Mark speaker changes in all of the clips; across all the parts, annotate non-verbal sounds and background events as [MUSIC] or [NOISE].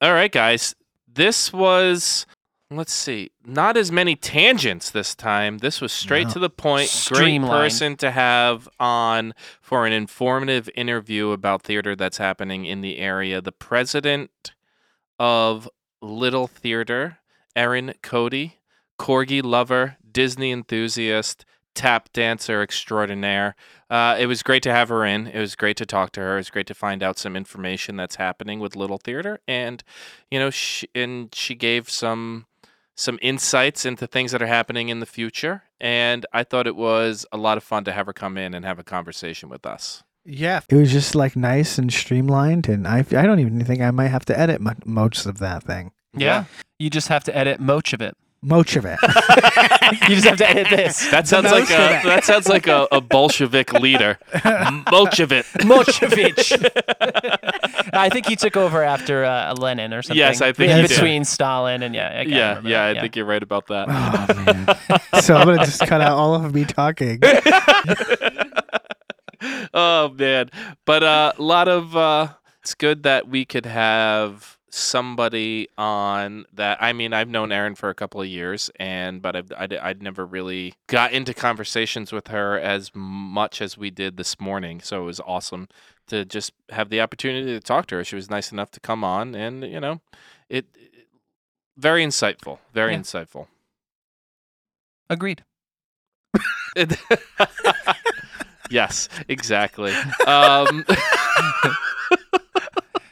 Speaker 1: All right, guys. This was let's see, not as many tangents this time. This was straight
Speaker 2: No.
Speaker 1: to the point. Great
Speaker 2: Streamlined.
Speaker 1: person to have on for an informative interview about theater that's happening in the area. The president of Little Theater, Erin Cody, corgi lover, Disney enthusiast, tap dancer extraordinaire. Uh, it was great to have her in. It was great to talk to her. It was great to find out some information that's happening with Little Theater, and you know, she, and she gave some some insights into things that are happening in the future. And I thought it was a lot of fun to have her come in and have a conversation with us.
Speaker 3: Yeah.
Speaker 2: It was just like nice and streamlined, and I I don't even think I might have to edit mo- most of that thing.
Speaker 1: Yeah,
Speaker 3: You just have to edit much of [LAUGHS] it.
Speaker 2: Most
Speaker 1: [LAUGHS]
Speaker 2: of it.
Speaker 3: You just have to edit this. [LAUGHS]
Speaker 1: that sounds like a that sounds like a, a Bolshevik [LAUGHS] leader, Bolshevik.
Speaker 3: Mochevich. [LAUGHS] I think he took over after uh, Lenin or something.
Speaker 1: Yes, I think
Speaker 3: in
Speaker 1: he did.
Speaker 3: between Stalin and yeah, I can't
Speaker 1: Yeah,
Speaker 3: remember
Speaker 1: yeah, I
Speaker 3: that,
Speaker 1: think you're right about that. [LAUGHS]
Speaker 2: oh man. So I'm gonna just cut out all of
Speaker 1: [LAUGHS]
Speaker 2: me talking.
Speaker 1: oh man but uh, a lot of uh, it's good that we could have somebody on that i mean i've known erin for a couple of years and but I've, I'd, I'd never really got into conversations with her as much as we did this morning so it was awesome to just have the opportunity to talk to her she was nice enough to come on and you know it, it- very insightful very
Speaker 3: Yeah.
Speaker 1: insightful [LAUGHS]
Speaker 3: Agreed.
Speaker 1: yes exactly um [LAUGHS]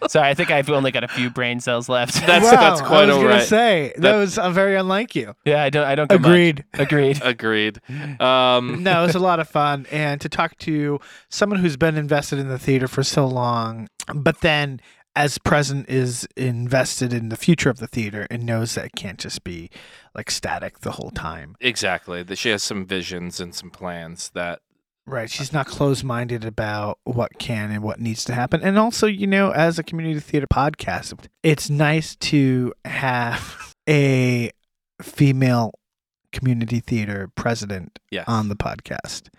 Speaker 3: Sorry, I think I've only got a few brain cells left.
Speaker 1: That's-
Speaker 2: wow,
Speaker 1: that's
Speaker 2: I
Speaker 1: quite
Speaker 2: was gonna
Speaker 1: alright.
Speaker 2: say that,
Speaker 1: That-
Speaker 2: was uh, very unlike you.
Speaker 3: [LAUGHS] yeah, I don't. I don't. get much.
Speaker 2: Agreed.
Speaker 3: Agreed.
Speaker 1: agreed um
Speaker 2: no,
Speaker 1: [LAUGHS]
Speaker 2: it was a lot of fun, and to talk to someone who's been invested in the theater for so long, but then as present is invested in the future of the theater and knows that it can't just be like static the whole time.
Speaker 1: Exactly. That she has some visions and some plans that
Speaker 2: Right. She's not closed minded about what can and what needs to happen. And also, you know, as a community theater podcast, it's nice to have a female community theater president
Speaker 1: yes.
Speaker 2: on the podcast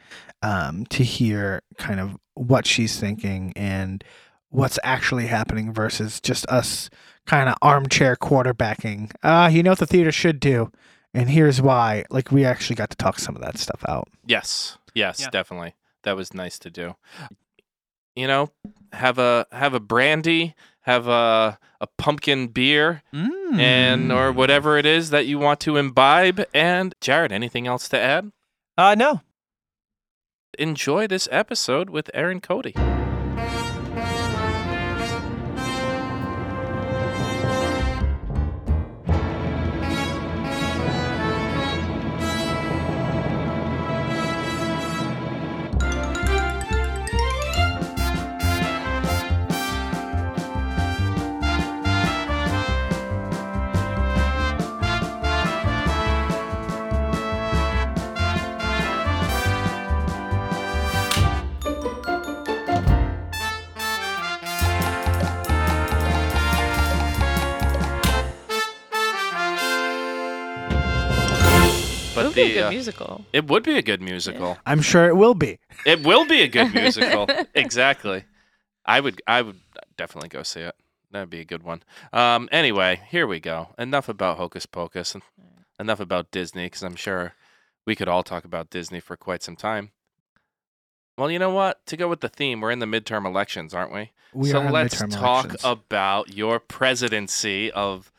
Speaker 2: um, to hear kind of what she's thinking and what's actually happening versus just us kind of armchair quarterbacking. Ah, you know what the theater should do, and here's why. Like we actually got to talk some of that stuff out.
Speaker 1: yes. Yes,
Speaker 3: Yeah.
Speaker 1: definitely. That was nice to do. You know, have a have a brandy, have a a pumpkin beer
Speaker 3: Mm.
Speaker 1: and or whatever it is that you want to imbibe and Jared, anything else to add?
Speaker 3: uh, no,
Speaker 1: Enjoy this episode with Aaron Cody.
Speaker 4: It
Speaker 1: But
Speaker 4: would be a
Speaker 1: the
Speaker 4: good
Speaker 1: uh,
Speaker 4: musical.
Speaker 1: it would be a good musical.
Speaker 2: I'm sure it will be.
Speaker 1: It will be a
Speaker 2: [LAUGHS]
Speaker 1: good musical. exactly. I would I would definitely go see it. That'd be a good one. Um anyway, here we go. Enough about Hocus Pocus and enough about Disney cuz I'm sure we could all talk about Disney for quite some time. Well, you know what? To go with the theme, we're in the midterm elections, aren't we?
Speaker 2: We
Speaker 1: so
Speaker 2: are in
Speaker 1: let's
Speaker 2: midterm
Speaker 1: talk
Speaker 2: elections.
Speaker 1: about your presidency of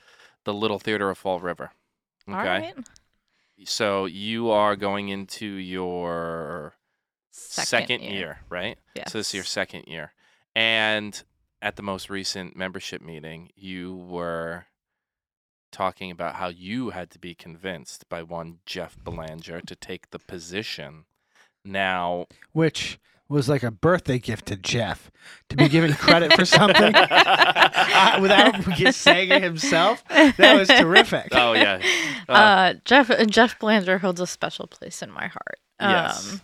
Speaker 1: the Little Theater of Fall River. Okay.
Speaker 4: All right.
Speaker 1: So you are going into your second, year. right? So this is your
Speaker 4: Yes.
Speaker 1: second year. And at the most recent membership meeting, you were talking about how you had to be convinced by one Jeff Belanger to take the position. Now,
Speaker 2: which was like a birthday gift to Jeff to be given credit for
Speaker 1: [LAUGHS]
Speaker 2: something uh, [LAUGHS] without just saying it himself. That was terrific.
Speaker 1: [LAUGHS] oh
Speaker 4: [LAUGHS]
Speaker 1: yeah,
Speaker 4: Uh,
Speaker 1: Uh.
Speaker 4: Jeff Jeff Blander holds a special place in my heart. Um,
Speaker 1: Yes.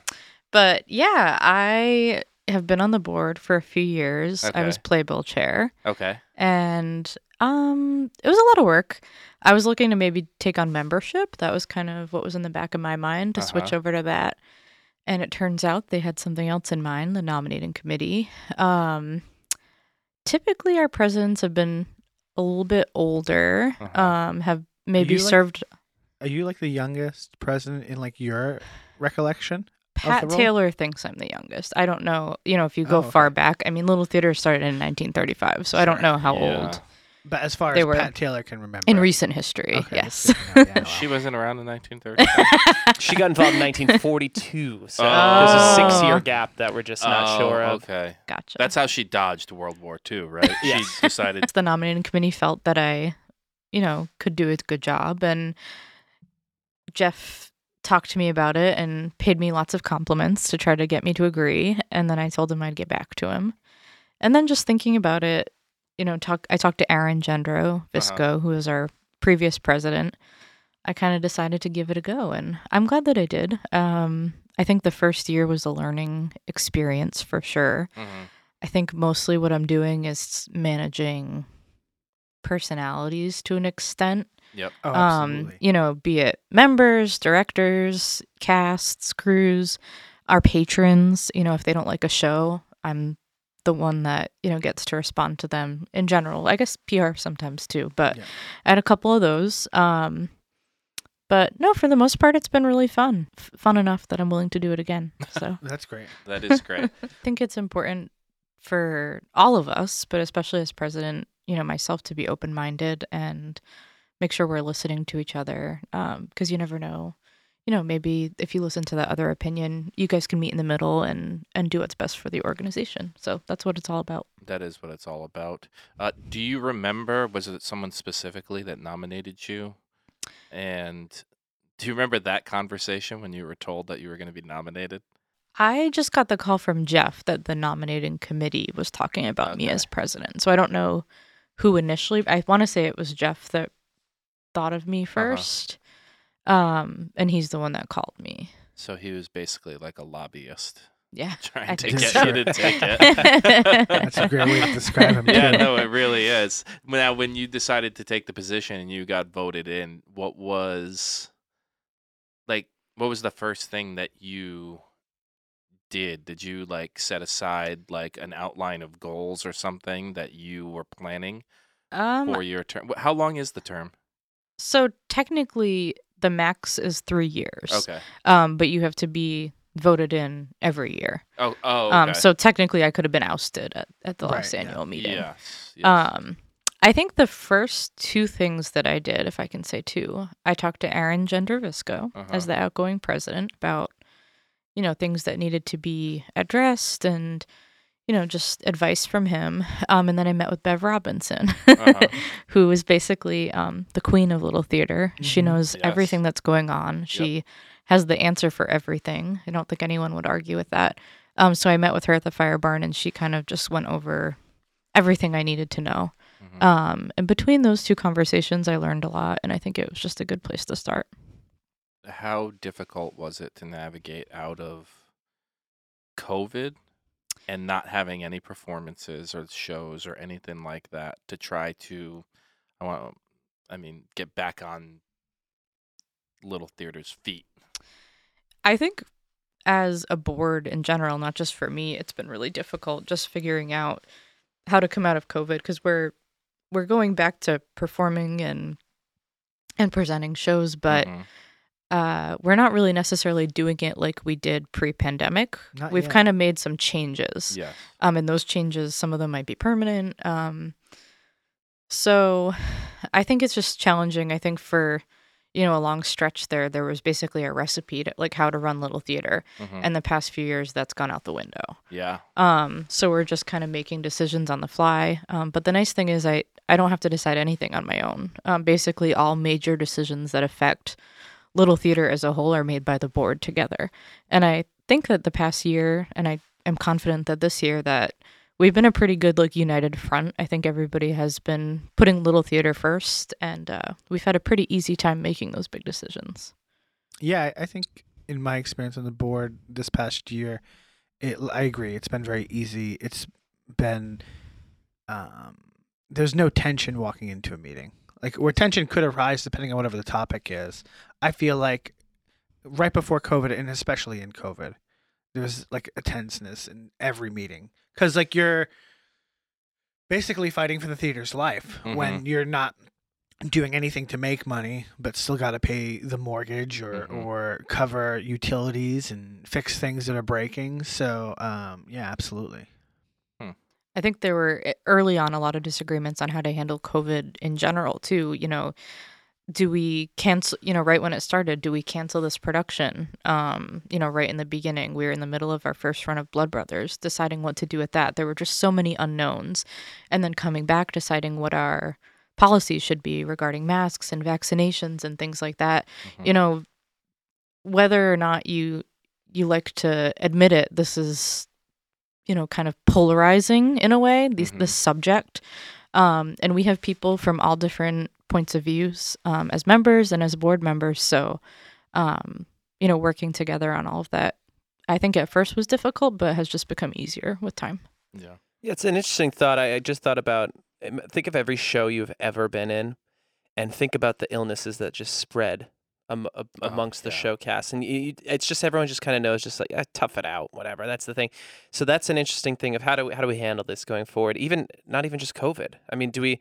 Speaker 4: But yeah, I have been on the board for a few years. I was
Speaker 1: Okay.
Speaker 4: playbill chair,
Speaker 1: okay,
Speaker 4: and um, it was a lot of work. I was looking to maybe take on membership. That was kind of what was in the back of my mind to switch
Speaker 1: Uh-huh.
Speaker 4: over to that. And it turns out they had something else in mind, the nominating committee. Um, typically, our presidents have been a little bit older,
Speaker 1: Uh-huh.
Speaker 4: um, have maybe
Speaker 2: you, like,
Speaker 4: served.
Speaker 2: Are you like the youngest president in like your recollection? the
Speaker 4: Pat
Speaker 2: role?
Speaker 4: Taylor thinks I'm the youngest. I don't know. You know, if you go
Speaker 2: Oh, okay.
Speaker 4: far back, I mean, Little Theater started in 1935, so I don't
Speaker 2: Sure.
Speaker 4: know how
Speaker 1: Yeah.
Speaker 4: old
Speaker 2: But as far
Speaker 4: They
Speaker 2: as
Speaker 4: were-
Speaker 2: Pat Taylor can remember,
Speaker 4: in recent history.
Speaker 2: Okay, that's good
Speaker 4: yes.
Speaker 3: Oh,
Speaker 2: to know. Yeah,
Speaker 1: She
Speaker 2: wow.
Speaker 1: wasn't
Speaker 3: [LAUGHS]
Speaker 1: around in 1930.
Speaker 3: She got involved in 1942, [LAUGHS] so
Speaker 1: Oh.
Speaker 3: there's a six-year gap that we're just
Speaker 1: Oh,
Speaker 3: not sure of.
Speaker 1: Okay.
Speaker 4: [LAUGHS] Gotcha.
Speaker 1: That's how she dodged World War II,
Speaker 3: [LAUGHS]
Speaker 1: right?
Speaker 3: Yes.
Speaker 1: She decided
Speaker 3: [LAUGHS]
Speaker 4: the nominating committee felt that I, you know, could do a good job. And Jeff talked to me about it and paid me lots of compliments to try to get me to agree. And then I told him I'd get back to him. And then just thinking about it, you know, talk I talked to Aaron Gendro Visco, who was our previous president. I kind of decided to give it a go, and I'm glad that I did. Um, I think the first year was a learning experience for sure.
Speaker 3: Mm-hmm.
Speaker 1: Mhm.
Speaker 4: I think mostly what I'm doing is managing personalities to an extent.
Speaker 2: Oh,
Speaker 4: um,
Speaker 2: absolutely.
Speaker 4: you know, be it members, directors, casts, crews, our patrons, you know, if they don't like a show, I'm the one that, you know, gets to respond to them in general. I guess PR sometimes too, but
Speaker 2: Yeah.
Speaker 4: I had a couple of those. Um but no, for the most part, it's been really fun. F- fun enough that I'm willing to do it
Speaker 2: [LAUGHS]
Speaker 4: again. So
Speaker 2: That's great.
Speaker 1: that is great.
Speaker 4: think it's important for all of us, but especially as president, you know, myself to be open minded and make sure we're listening to each other because you never know. You know, maybe if you listen to that other opinion, you guys can meet in the middle and and do what's best for the organization. So that's what it's all about.
Speaker 1: that is what it's all about. Uh, do you remember? Was it someone specifically that nominated you? And do you remember that conversation when you were told that you were going to be nominated?
Speaker 4: I just got the call from Jeff that the nominating committee was talking about me
Speaker 1: Okay.
Speaker 4: as president. So I don't know who initially. I want to say it was Jeff that thought of
Speaker 1: Uh-huh.
Speaker 4: me 1st um, and he's the one that called me.
Speaker 1: So he was basically like a lobbyist [LAUGHS]
Speaker 4: Yeah,
Speaker 1: trying
Speaker 4: I
Speaker 1: to
Speaker 4: think
Speaker 1: get
Speaker 4: so.
Speaker 1: you to take
Speaker 4: [LAUGHS]
Speaker 1: it. [LAUGHS]
Speaker 2: That's a great way to describe him.
Speaker 1: yeah,
Speaker 2: too.
Speaker 1: no, it really is. Now, when you decided to take the position and you got voted in, what was like what was the first thing that you did? Did you like set aside like an outline of goals or something that you were planning
Speaker 4: um,
Speaker 1: for your term? Wh- How long is the term?
Speaker 4: so technically the max is three years.
Speaker 1: Okay.
Speaker 4: Um, but you have to be voted in every year.
Speaker 1: Oh, oh, okay.
Speaker 4: Um, so technically I could have been ousted at, at the
Speaker 2: Right,
Speaker 4: last
Speaker 2: yeah.
Speaker 4: annual meeting.
Speaker 1: yes, yes.
Speaker 4: Um, I think the first two things that I did, if I can say two, I talked to Aaron Gendervisco
Speaker 1: Uh-huh.
Speaker 4: as the outgoing president about, you know, things that needed to be addressed and, you know, just advice from him. Um, and then I met with Bev Robinson,
Speaker 1: Uh-huh.
Speaker 4: [LAUGHS] who is basically um, the queen of Little Theater. She
Speaker 2: Mhm.
Speaker 4: knows
Speaker 1: Yes.
Speaker 4: everything that's going on. She has the answer for everything. I don't think anyone would argue with that. Um, so I met with her at the fire barn, and she kind of just went over everything I needed to know.
Speaker 1: Mhm.
Speaker 4: Um, and between those two conversations, I learned a lot, and I think it was just a good place to start.
Speaker 1: how difficult was it to navigate out of COVID and not having any performances or shows or anything like that to try to, I want, I mean, get back on little theater's feet.
Speaker 4: I think as a board in general, not just for me, it's been really difficult just figuring out how to come out of COVID because we're we're going back to performing and and presenting shows, but
Speaker 1: Mhm.
Speaker 2: Mm-hmm.
Speaker 4: uh, we're not really necessarily doing it like we did pre-pandemic.
Speaker 2: Not
Speaker 4: We've
Speaker 2: yet.
Speaker 4: kind of made some changes.
Speaker 1: yes,
Speaker 4: Um, and those changes, some of them might be permanent. Um, so I think it's just challenging. I think for, you know, a long stretch there, there was basically a recipe to like how to run little theater.
Speaker 1: Mhm.
Speaker 4: And the past few years, that's gone out the window.
Speaker 1: yeah,
Speaker 4: Um, so we're just kind of making decisions on the fly. Um, but the nice thing is, I I don't have to decide anything on my own. Um, basically, all major decisions that affect Little Theater as a whole are made by the board together. And I think that the past year, and I am confident that this year that we've been a pretty good like united front. I think everybody has been putting Little Theater first, and uh, we've had a pretty easy time making those big decisions.
Speaker 2: Yeah, I I think in my experience on the board this past year, it I agree. It's been very easy. It's been um, there's no tension walking into a meeting. Like where tension could arise depending on whatever the topic is. I feel like right before COVID and especially in COVID, there's like a tenseness in every meeting because like you're basically fighting for the theater's life when you're not doing anything to make money but still got to pay the mortgage or
Speaker 3: Mm-hmm.
Speaker 1: Mhm.
Speaker 2: or cover utilities and fix things that are breaking so um yeah absolutely
Speaker 4: I think there were e- early on a lot of disagreements on how to handle COVID in general, too. You know, do we cancel, you know, right when it started, do we cancel this production? Um, you know, right in the beginning, we were in the middle of our first run of Blood Brothers, deciding what to do with that. There were just so many unknowns. And then coming back, deciding what our policies should be regarding masks and vaccinations and things like that.
Speaker 1: Mm-hmm.
Speaker 4: You know, whether or not you you like to admit it, this is you know kind of polarizing in a way these
Speaker 1: Mhm.
Speaker 4: this subject um, and we have people from all different points of views um, as members and as board members so um, you know working together on all of that i think at first was difficult but has just become easier with time
Speaker 1: yeah.
Speaker 3: Yeah, it's an interesting thought. I, I just thought about um, think of every show you've ever been in, and think about the illnesses that just spread am, a-
Speaker 1: Oh,
Speaker 3: amongst the
Speaker 1: yeah.
Speaker 3: show cast. And you, you, it's just everyone just kind of knows, just like "Ah, tough it out, whatever. That's the thing. So that's an interesting thing of how do we, how do we handle this going forward? Even not even just COVID. I mean, do we?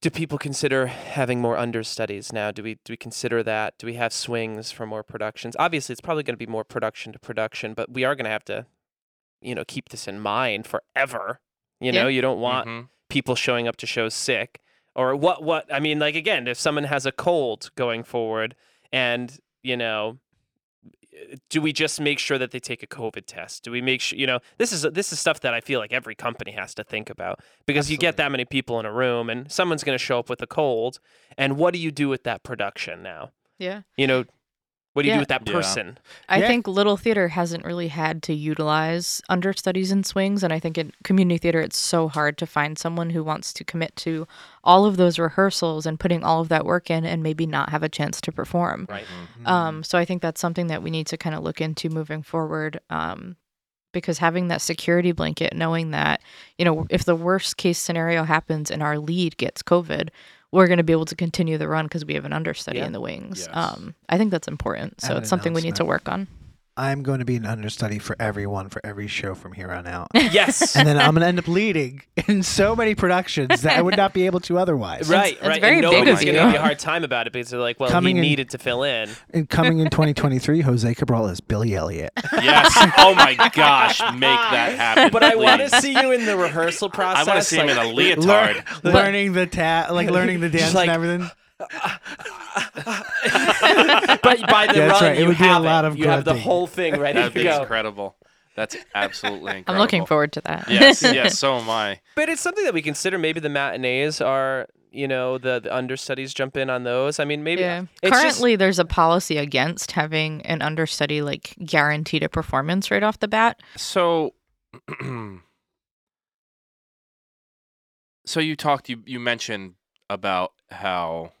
Speaker 3: Do people consider having more understudies now? Do we do we consider that? Do we have swings for more productions? Obviously, it's probably going to be more production to production, but we are going to have to you know keep this in mind forever you
Speaker 4: Yeah.
Speaker 3: know you don't want
Speaker 1: Mhm.
Speaker 3: people showing up to shows sick or what what i mean like again if someone has a cold going forward and you know do we just make sure that they take a covid test do we make sure you know this is this is stuff that i feel like every company has to think about because you get
Speaker 2: Absolutely.
Speaker 3: that many people in a room and someone's going to show up with a cold and what do you do with that production now
Speaker 4: yeah
Speaker 3: you know what do you
Speaker 4: Yeah.
Speaker 3: do with that
Speaker 1: Yeah.
Speaker 3: person
Speaker 4: i
Speaker 2: Yeah.
Speaker 4: think little theater hasn't really had to utilize understudies and swings and i think in community theater it's so hard to find someone who wants to commit to all of those rehearsals and putting all of that work in and maybe not have a chance to perform
Speaker 3: right
Speaker 1: Mm-hmm.
Speaker 2: Mm-hmm. Mm.
Speaker 4: Um, so I think that's something that we need to kind of look into moving forward. Um, because having that security blanket, knowing that, you know, if the worst case scenario happens and our lead gets COVID, we're going to be able to continue the run because we have an understudy
Speaker 3: Yeah.
Speaker 4: in the wings.
Speaker 1: Yes.
Speaker 4: Um, I think that's important. So
Speaker 2: And
Speaker 4: it's something we need to
Speaker 2: announcement.
Speaker 4: work on.
Speaker 2: i'm going to be an understudy for everyone for every show from here on out
Speaker 3: yes
Speaker 2: and then i'm going to end up leading in so many productions that i would not be able to otherwise
Speaker 3: Right,
Speaker 4: it's
Speaker 3: right.
Speaker 4: very
Speaker 3: and
Speaker 4: big
Speaker 3: nobody's
Speaker 1: of
Speaker 3: gonna
Speaker 1: you.
Speaker 3: have a hard time about it because they're like, well,
Speaker 2: Coming
Speaker 3: he
Speaker 2: in-
Speaker 3: needed to fill in.
Speaker 2: and coming in 2023 jose cabral is billy elliot
Speaker 3: [LAUGHS]
Speaker 1: Yes. Oh my gosh, make
Speaker 4: [LAUGHS]
Speaker 1: that happen.
Speaker 3: But I want to
Speaker 1: please.
Speaker 3: see you in the rehearsal
Speaker 1: I
Speaker 3: process.
Speaker 1: want to see him in
Speaker 3: like,
Speaker 1: a
Speaker 3: [LAUGHS]
Speaker 1: leotard.
Speaker 2: Lear- learning the ta- like learning the
Speaker 3: Just
Speaker 2: dance
Speaker 3: like-
Speaker 2: and everything
Speaker 3: but by the
Speaker 2: Yeah, that's
Speaker 3: run,
Speaker 2: right. It
Speaker 3: you
Speaker 2: would be a
Speaker 3: have
Speaker 2: lot of
Speaker 3: You have the
Speaker 2: grunting.
Speaker 3: whole thing ready
Speaker 1: That'd
Speaker 3: to
Speaker 1: be
Speaker 3: go.
Speaker 1: incredible. That's absolutely incredible.
Speaker 4: I'm looking forward to that. [LAUGHS]
Speaker 1: Yes, yes, so am I.
Speaker 3: But it's something that we consider. Maybe the matinees are, you know, the, the understudies jump in on those. I mean, maybe
Speaker 4: Yeah.
Speaker 3: it's just-
Speaker 4: Currently, there's a policy against having an understudy like guaranteed a performance right off the bat.
Speaker 1: So [CLEARS THROAT] So you talked you you mentioned about how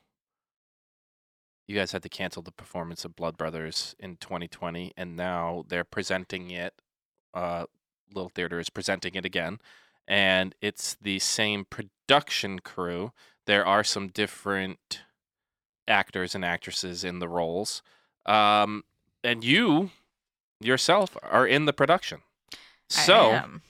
Speaker 1: you guys had to cancel the performance of Blood Brothers in 2020 and now they're presenting it uh Little Theater is presenting it again and it's the same production crew. There are some different actors and actresses in the roles. Um and you yourself are in the production.
Speaker 4: I
Speaker 1: So,
Speaker 4: am.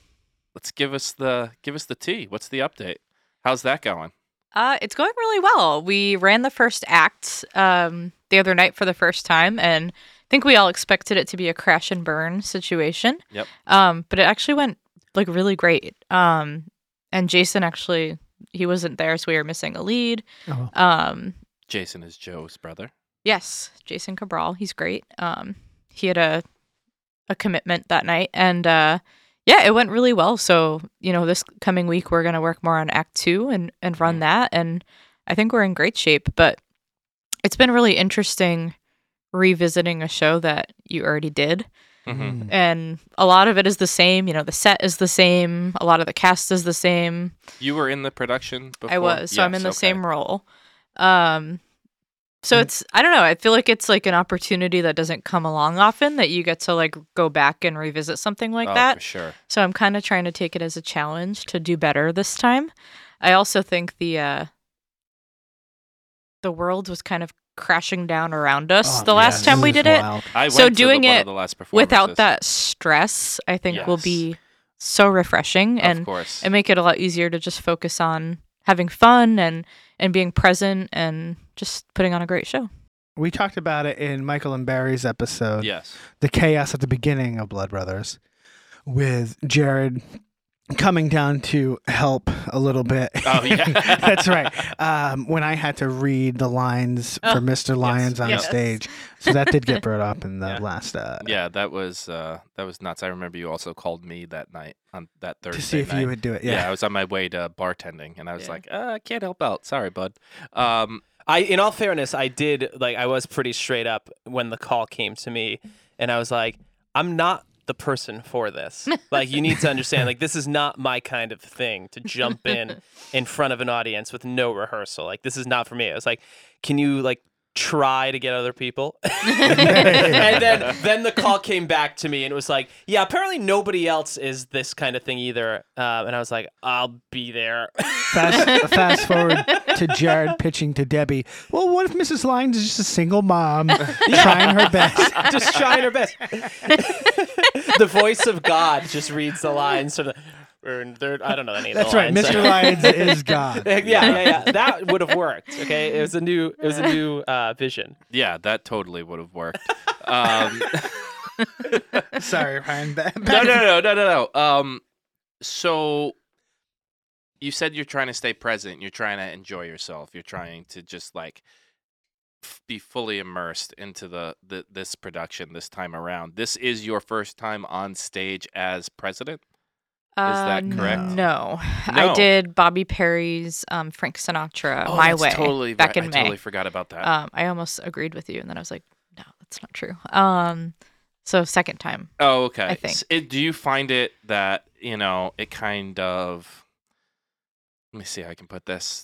Speaker 1: let's give us the give us the tea. What's the update? How's that going?
Speaker 4: Uh, it's going really well. We ran the first act um, the other night for the first time, and I think we all expected it to be a crash and burn situation.
Speaker 1: Yep.
Speaker 4: Um, but it actually went like really great. Um, and Jason actually he wasn't there, so we were missing a lead.
Speaker 2: oh,
Speaker 4: Um,
Speaker 1: Jason is Joe's brother.
Speaker 4: Yes, Jason Cabral. He's great. Um, he had a a commitment that night, and uh, yeah, it went really well. So you know, this coming week we're gonna work more on Act Two and and run
Speaker 1: Mhm.
Speaker 4: that, and I think we're in great shape. But it's been really interesting revisiting a show that you already did
Speaker 1: Mm-hmm.
Speaker 2: mm.
Speaker 4: and a lot of it is the same you know the set is the same a lot of the cast is the same
Speaker 1: You were in the production before.
Speaker 4: I was. So I'm
Speaker 1: Yes,
Speaker 4: in the
Speaker 1: okay. Mm-hmm.
Speaker 4: same role. Um so
Speaker 2: And-
Speaker 4: it's I don't know, I feel like it's like an opportunity that doesn't come along often that you get to like go back and revisit something like
Speaker 1: oh, For
Speaker 4: that.
Speaker 1: sure.
Speaker 4: So I'm kind of trying to take it as a challenge to do better this time. I also think the uh the world was kind of crashing down around us
Speaker 2: Oh,
Speaker 4: the
Speaker 2: yes.
Speaker 4: last time we
Speaker 2: This
Speaker 4: did
Speaker 2: is
Speaker 4: it
Speaker 2: wild.
Speaker 1: I
Speaker 4: So
Speaker 1: went to the-
Speaker 4: doing
Speaker 1: one
Speaker 4: it
Speaker 1: of the last performances.
Speaker 4: without that stress, I think will
Speaker 1: Yes.
Speaker 4: be so refreshing
Speaker 1: of
Speaker 4: and
Speaker 1: course.
Speaker 4: it make it a lot easier to just focus on having fun and and being present and just putting on a great show.
Speaker 2: We talked about it in Michael and Barry's episode.
Speaker 1: yes.
Speaker 2: the chaos at the beginning of Blood Brothers with Jared coming down to help a little bit.
Speaker 1: Oh, yeah.
Speaker 2: [LAUGHS] That's right. Um, when I had to read the lines for
Speaker 4: Oh,
Speaker 2: Mr. Lyons on
Speaker 4: yes.
Speaker 2: stage. So that did get brought up in the
Speaker 1: [LAUGHS] Yeah.
Speaker 2: last uh,
Speaker 1: Yeah, that was uh, that was nuts. I remember you also called me that night on that Thursday
Speaker 2: to see if
Speaker 1: night.
Speaker 2: you would do it.
Speaker 1: yeah. I
Speaker 2: Yeah.
Speaker 1: was on my way to bartending, and I was
Speaker 4: Yeah.
Speaker 1: like, uh, I can't help out. Sorry, bud. Um,
Speaker 3: I, in all fairness, I did like I was pretty straight up when the call came to me, and I was like, I'm not the person for this. like, you need to understand, like, this is not my kind of thing to jump in in front of an audience with no rehearsal. Like, this is not for me. I was like, can you like try to get other people? [LAUGHS] and then then the call came back to me and it was like, yeah, apparently nobody else is this kind of thing either. Um, and I was like, I'll be there.
Speaker 1: [LAUGHS]
Speaker 2: Fast, fast forward to Jared pitching to Debbie. Well, what if Mrs. Lyons is just a single
Speaker 1: [LAUGHS]
Speaker 2: mom trying her best?
Speaker 3: just trying her best. [LAUGHS] the voice of God just reads the lines. Sort of, or they're- I don't know any of
Speaker 2: That's
Speaker 3: the
Speaker 2: right.
Speaker 3: lines. [LAUGHS]
Speaker 2: Mr. Lyons is
Speaker 1: [LAUGHS]
Speaker 2: God.
Speaker 3: yeah, yeah,
Speaker 4: [LAUGHS]
Speaker 3: yeah. That would have worked. Okay, it was a new, it was a new uh, vision.
Speaker 1: yeah, that totally would have worked. um,
Speaker 2: Sorry, [LAUGHS] Ryan. Back-
Speaker 1: no, no, no, no, no, no. Um, so you said you're trying to stay present. You're trying to enjoy yourself. You're trying to just like f- be fully immersed into the, the this production this time around. This is your first time on stage as president. that
Speaker 4: Uh,
Speaker 1: correct?
Speaker 4: No.
Speaker 1: No.
Speaker 4: I did Bobby Perry's um, Frank Sinatra My
Speaker 1: Oh, that's
Speaker 4: Way
Speaker 1: Totally
Speaker 4: back
Speaker 1: right.
Speaker 4: in
Speaker 1: I
Speaker 4: May.
Speaker 1: totally forgot about that.
Speaker 4: um, I almost agreed with you, and then I was like, no, that's not true. Um, so second time,
Speaker 1: Oh, okay.
Speaker 4: I think.
Speaker 1: S- it- do you find it that you know it kind of? Let me see how I can put this.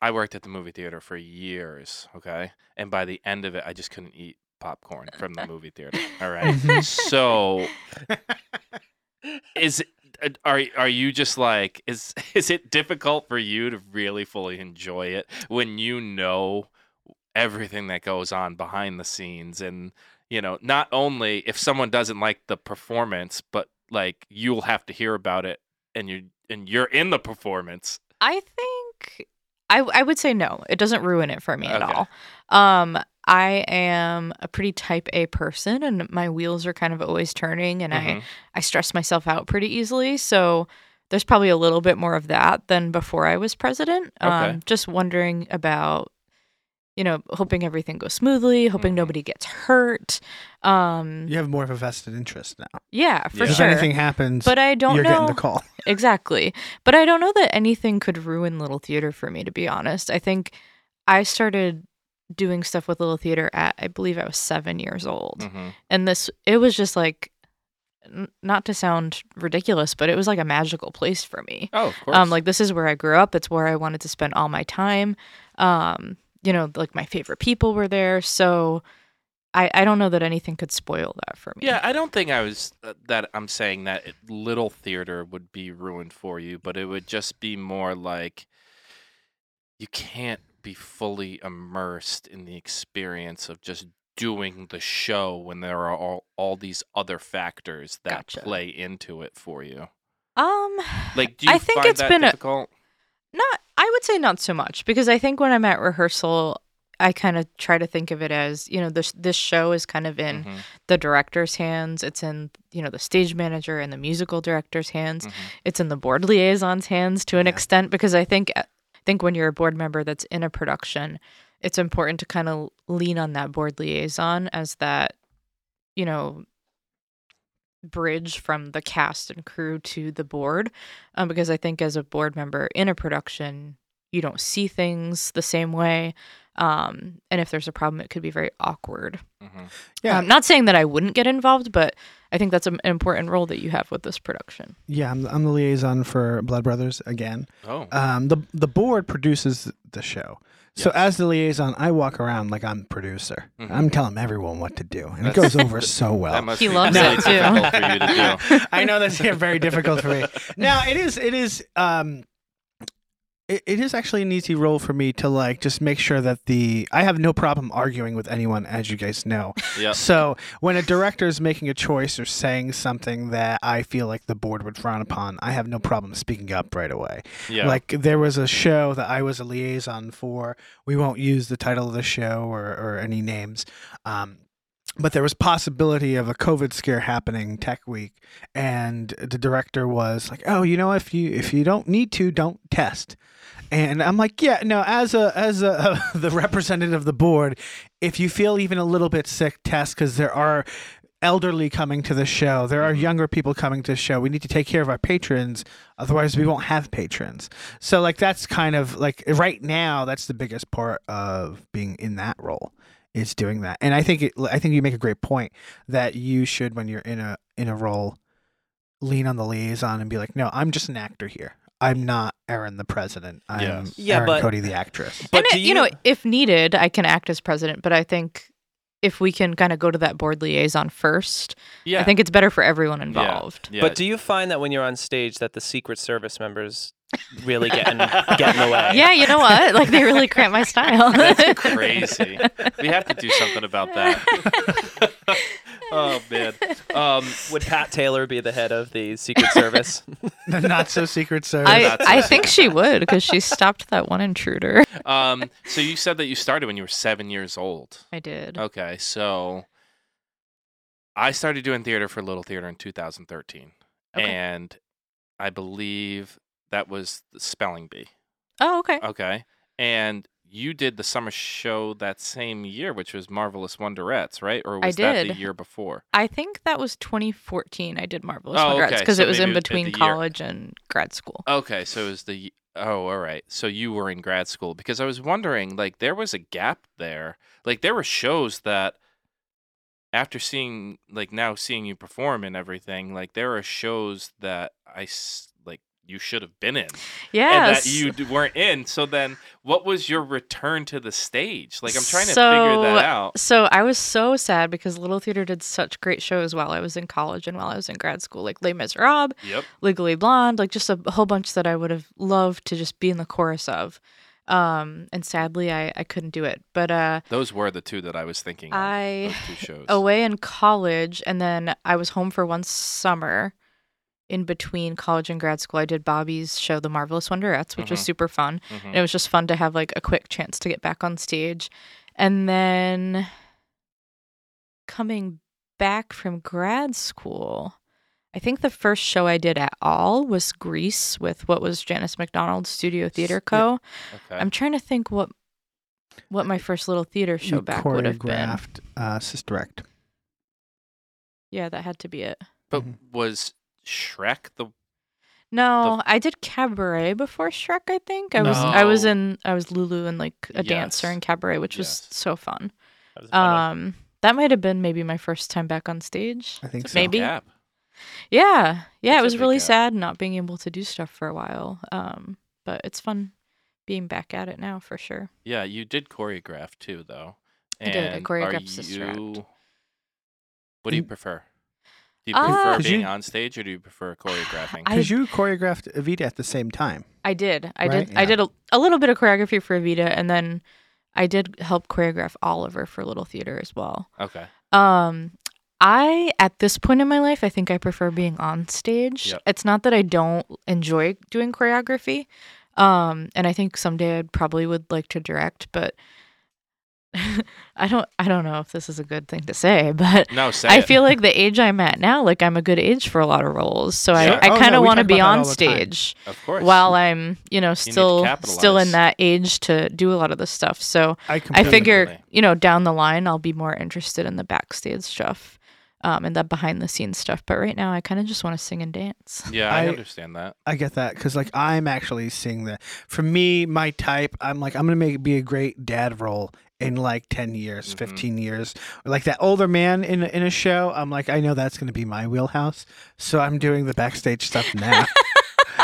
Speaker 1: I worked at the movie theater for years, okay, and by the end of it, I just couldn't eat popcorn from the movie theater. All right,
Speaker 2: Mhm.
Speaker 1: so is it- are are you just like is [LAUGHS] is it difficult for you to really fully enjoy it when you know everything that goes on behind the scenes and you know not only if someone doesn't like the performance but like you'll have to hear about it and you and you're in the performance
Speaker 4: I think I I would say no. It doesn't ruin it for me at
Speaker 1: Okay.
Speaker 4: all. Um, I am a pretty type A person, and my wheels are kind of always turning, and I
Speaker 1: Mhm.
Speaker 4: I stress myself out pretty easily. So there's probably a little bit more of that than before I was president.
Speaker 1: Okay.
Speaker 4: Um, just wondering about, you know, hoping everything goes smoothly, hoping
Speaker 1: Mhm.
Speaker 4: nobody gets hurt. Um,
Speaker 2: [LAUGHS]
Speaker 4: yeah,
Speaker 2: You have more of a vested interest now.
Speaker 4: for
Speaker 1: Yeah.
Speaker 2: If
Speaker 4: sure.
Speaker 2: anything happens,
Speaker 4: but I don't
Speaker 2: you're
Speaker 4: know
Speaker 2: getting the
Speaker 4: [LAUGHS]
Speaker 2: call.
Speaker 4: exactly. But I don't know that anything could ruin Little Theater for me, to be honest. I think I started doing stuff with Little Theater at, I believe I was seven years old.
Speaker 1: Mhm.
Speaker 4: And this, it was just like, n- not to sound ridiculous, but it was like a magical place for me.
Speaker 1: oh of course
Speaker 4: Um, like this is where I grew up. It's where I wanted to spend all my time. Um, you know, like my favorite people were there. So I, I don't know that anything could spoil that for me.
Speaker 1: Yeah, I don't think I was uh, that I'm saying that it- little theater would be ruined for you, but it would just be more like you can't be fully immersed in the experience of just doing the show when there are all, all these other factors that
Speaker 4: Gotcha.
Speaker 1: play into it for you.
Speaker 4: Um,
Speaker 1: Like do you
Speaker 4: I think
Speaker 1: find
Speaker 4: it's
Speaker 1: that
Speaker 4: been a-
Speaker 1: difficult?
Speaker 4: Not, I would say not so much because I think when I'm at rehearsal, I kind of try to think of it as you know this this show is kind of in
Speaker 1: Mhm,
Speaker 4: the director's hands, it's in you know the stage manager and the musical director's hands,
Speaker 1: mhm.
Speaker 4: it's in the board liaison's hands to an
Speaker 2: Yeah.
Speaker 4: extent because I think I think when you're a board member that's in a production, it's important to kind of lean on that board liaison as that you know bridge from the cast and crew to the board um, because I think as a board member in a production you don't see things the same way um, and if there's a problem it could be very awkward
Speaker 1: Mhm.
Speaker 2: Yeah.
Speaker 4: um, not saying that I wouldn't get involved but I think that's an important role that you have with this production
Speaker 2: Yeah, I'm, I'm the liaison for Blood Brothers again.
Speaker 1: Oh.
Speaker 2: Um, the the board produces the show. So
Speaker 1: Yes.
Speaker 2: as the liaison, I walk around like I'm the producer.
Speaker 1: Mhm.
Speaker 2: I'm telling everyone what to do, and
Speaker 1: That's-
Speaker 2: it goes
Speaker 1: [LAUGHS]
Speaker 2: over so well.
Speaker 1: that must
Speaker 4: He
Speaker 1: be
Speaker 4: loves
Speaker 1: really
Speaker 4: it, too.
Speaker 1: difficult for you to
Speaker 2: [LAUGHS]
Speaker 4: [LAUGHS]
Speaker 1: do.
Speaker 2: I know that's yeah, very difficult for me. Now it is it is um, it, it is actually an easy role for me to like just make sure that the I have no problem arguing with anyone, as you guys know.
Speaker 1: Yeah.
Speaker 2: So when a director is making a choice or saying something that I feel like the board would frown upon, I have no problem speaking up right away.
Speaker 1: Yeah.
Speaker 2: Like there was a show that I was a liaison for. We won't use the title of the show or, or any names. Um, but there was possibility of a COVID scare happening tech week, and the director was like, "Oh, you know, if you if you don't need to, don't test." And I'm like, "Yeah, no. As a as a [LAUGHS] the representative of the board, if you feel even a little bit sick, test because there are elderly coming to the show. There are younger people coming to the show. We need to take care of our patrons, otherwise we won't have patrons. So like that's kind of like right now that's the biggest part of being in that role is doing that. And I think it, I think you make a great point that you should when you're in a in a role lean on the liaison and be like, "No, I'm just an actor here. I'm not Erin the president. I'm
Speaker 1: Yes.
Speaker 3: Yeah,
Speaker 2: Erin
Speaker 3: but-
Speaker 2: Cody the actress." [LAUGHS]
Speaker 3: But
Speaker 4: and
Speaker 3: do
Speaker 4: it, you know, if needed, I can act as president, but I think if we can kind of go to that board liaison first,
Speaker 1: yeah.
Speaker 4: I think it's better for everyone involved.
Speaker 1: yeah.
Speaker 3: But do you find that when you're on stage that the Secret Service members really get in, get in the way?
Speaker 4: Yeah, you
Speaker 1: [LAUGHS]
Speaker 4: know what? Like they really cramp my style.
Speaker 1: That's
Speaker 4: [LAUGHS]
Speaker 1: crazy. we have to do something about
Speaker 4: [LAUGHS]
Speaker 1: that. oh man. Um,
Speaker 3: Would Pat Taylor be the head of the Secret
Speaker 4: [LAUGHS]
Speaker 3: Service?
Speaker 2: The not so secret service.
Speaker 4: I,
Speaker 1: That's
Speaker 4: I
Speaker 1: what she
Speaker 4: think she would because she stopped that one intruder.
Speaker 1: um, so you said that you started when you were seven years old.
Speaker 4: I did.
Speaker 1: Okay, so I started doing theater for Little Theater in 2013,
Speaker 4: Okay.
Speaker 1: and I believe that was the Spelling Bee.
Speaker 4: Oh, okay.
Speaker 1: Okay, and you did the summer show that same year, which was Marvelous Wonderettes, right? Or
Speaker 4: I
Speaker 1: was that the
Speaker 4: did.
Speaker 1: year before?
Speaker 4: I think that was 2014. I did Marvelous
Speaker 1: Oh,
Speaker 4: Regrets
Speaker 1: okay,
Speaker 4: because
Speaker 1: so
Speaker 4: it was
Speaker 1: maybe
Speaker 4: in
Speaker 1: it was- the
Speaker 4: between
Speaker 1: year-
Speaker 4: college and grad school.
Speaker 1: Okay, so it was the oh, all right. So you were in grad school because I was wondering, like, there was a gap there. Like, there were shows that after seeing, like, now seeing you perform and everything, like, there are shows that I s- like you should have been in and that
Speaker 4: Yes.
Speaker 1: you d- weren't in. So then, what was your return to the stage? Like, I'm trying to
Speaker 4: So-
Speaker 1: figure that out.
Speaker 4: So I was so sad because Little Theater did such great shows while I was in college and while I was in grad school, like Les Miserables,
Speaker 1: Yep.
Speaker 4: Legally Blonde, like just a whole bunch that I would have loved to just be in the chorus of. Um, and sadly, I, I couldn't do it. But uh,
Speaker 1: Those were the two that I was thinking. of,
Speaker 4: I Oh,
Speaker 1: those two shows.
Speaker 4: away in college, and then I was home for one summer. In between college and grad school, I did Bobby's show, The Marvelous Wonderettes, which was
Speaker 1: Mhm.
Speaker 4: super fun.
Speaker 1: Mhm.
Speaker 4: and it was just fun to have like a quick chance to get back on stage and then coming back from grad school i think the first show i did at all was greece with what was janice mcdonald's studio theater co
Speaker 1: Okay.
Speaker 4: i'm trying to think what what my first little theater show
Speaker 2: You
Speaker 4: back would have been
Speaker 2: choreographed, uh, Sister Act.
Speaker 4: yeah that had to be it
Speaker 1: but
Speaker 2: Mhm.
Speaker 4: Mm-hmm.
Speaker 1: was Shrek the
Speaker 4: no i did cabaret before shrek i think i was i was
Speaker 1: No.
Speaker 4: in i was lulu and like a dancer
Speaker 1: Yes.
Speaker 4: in cabaret which was
Speaker 1: Yes.
Speaker 4: so fun
Speaker 3: That was a fun one.
Speaker 4: Um, that might have been maybe my first time back on
Speaker 2: [LAUGHS]
Speaker 4: stage.
Speaker 2: I think so.
Speaker 4: Maybe.
Speaker 1: Gap.
Speaker 4: Yeah, yeah,
Speaker 1: That's a
Speaker 4: it was
Speaker 1: big
Speaker 4: really
Speaker 1: gap.
Speaker 4: sad not being able to do stuff for a while. Um, but it's fun being back at it now for sure.
Speaker 1: Yeah, you did choreograph too, though.
Speaker 4: I did. I
Speaker 1: And are
Speaker 4: choreographed Sister Act.
Speaker 1: you- What do you
Speaker 2: Mm.
Speaker 1: prefer? Do you
Speaker 4: Ah.
Speaker 1: prefer
Speaker 2: Did
Speaker 1: being
Speaker 2: you-
Speaker 1: on stage or do you prefer choreographing?
Speaker 4: I-
Speaker 2: Because you choreographed Evita at the same time.
Speaker 4: I did. I
Speaker 2: Right?
Speaker 4: did. I
Speaker 2: Yeah.
Speaker 4: did a, a little bit of choreography for Evita, and then I did help choreograph Oliver for Little Theater as well.
Speaker 1: okay.
Speaker 4: Um, I at this point in my life, I think I prefer being on stage.
Speaker 1: Yep.
Speaker 4: It's not that I don't enjoy doing choreography. Um, and I think someday I'd probably would like to direct, but [LAUGHS] I don't I don't know if this is a good thing to say, [LAUGHS] but
Speaker 1: No, say
Speaker 4: I
Speaker 1: it.
Speaker 4: feel like the age I'm at now, like I'm a good age for a lot of roles. So
Speaker 1: Sure.
Speaker 4: I, I
Speaker 2: Oh,
Speaker 4: kind
Speaker 2: no,
Speaker 4: of
Speaker 2: we
Speaker 4: want to
Speaker 2: talk
Speaker 4: be
Speaker 2: about that
Speaker 4: on
Speaker 2: all the time.
Speaker 4: stage
Speaker 1: Of course.
Speaker 4: while I'm, you know,
Speaker 1: to
Speaker 4: still still in
Speaker 1: capitalize.
Speaker 4: that age to do a lot of this stuff. So
Speaker 2: I
Speaker 4: I
Speaker 2: completely
Speaker 4: figure,
Speaker 1: Definitely.
Speaker 4: you know, down the line, I'll be more interested in the backstage stuff um, and the behind the scenes stuff. But right now, I kind of just want to sing
Speaker 1: [LAUGHS]
Speaker 4: and dance.
Speaker 1: Yeah, I,
Speaker 2: I-
Speaker 1: understand
Speaker 4: [LAUGHS]
Speaker 1: that.
Speaker 2: I get that because like I'm actually seeing that. For me, my type, I'm like I'm gonna make be a great dad role in like ten years,
Speaker 1: Mhm.
Speaker 2: fifteen years, like that older man in a- in a
Speaker 1: [LAUGHS]
Speaker 2: show. I'm like I know that's gonna be my wheelhouse, so I'm doing the backstage stuff now.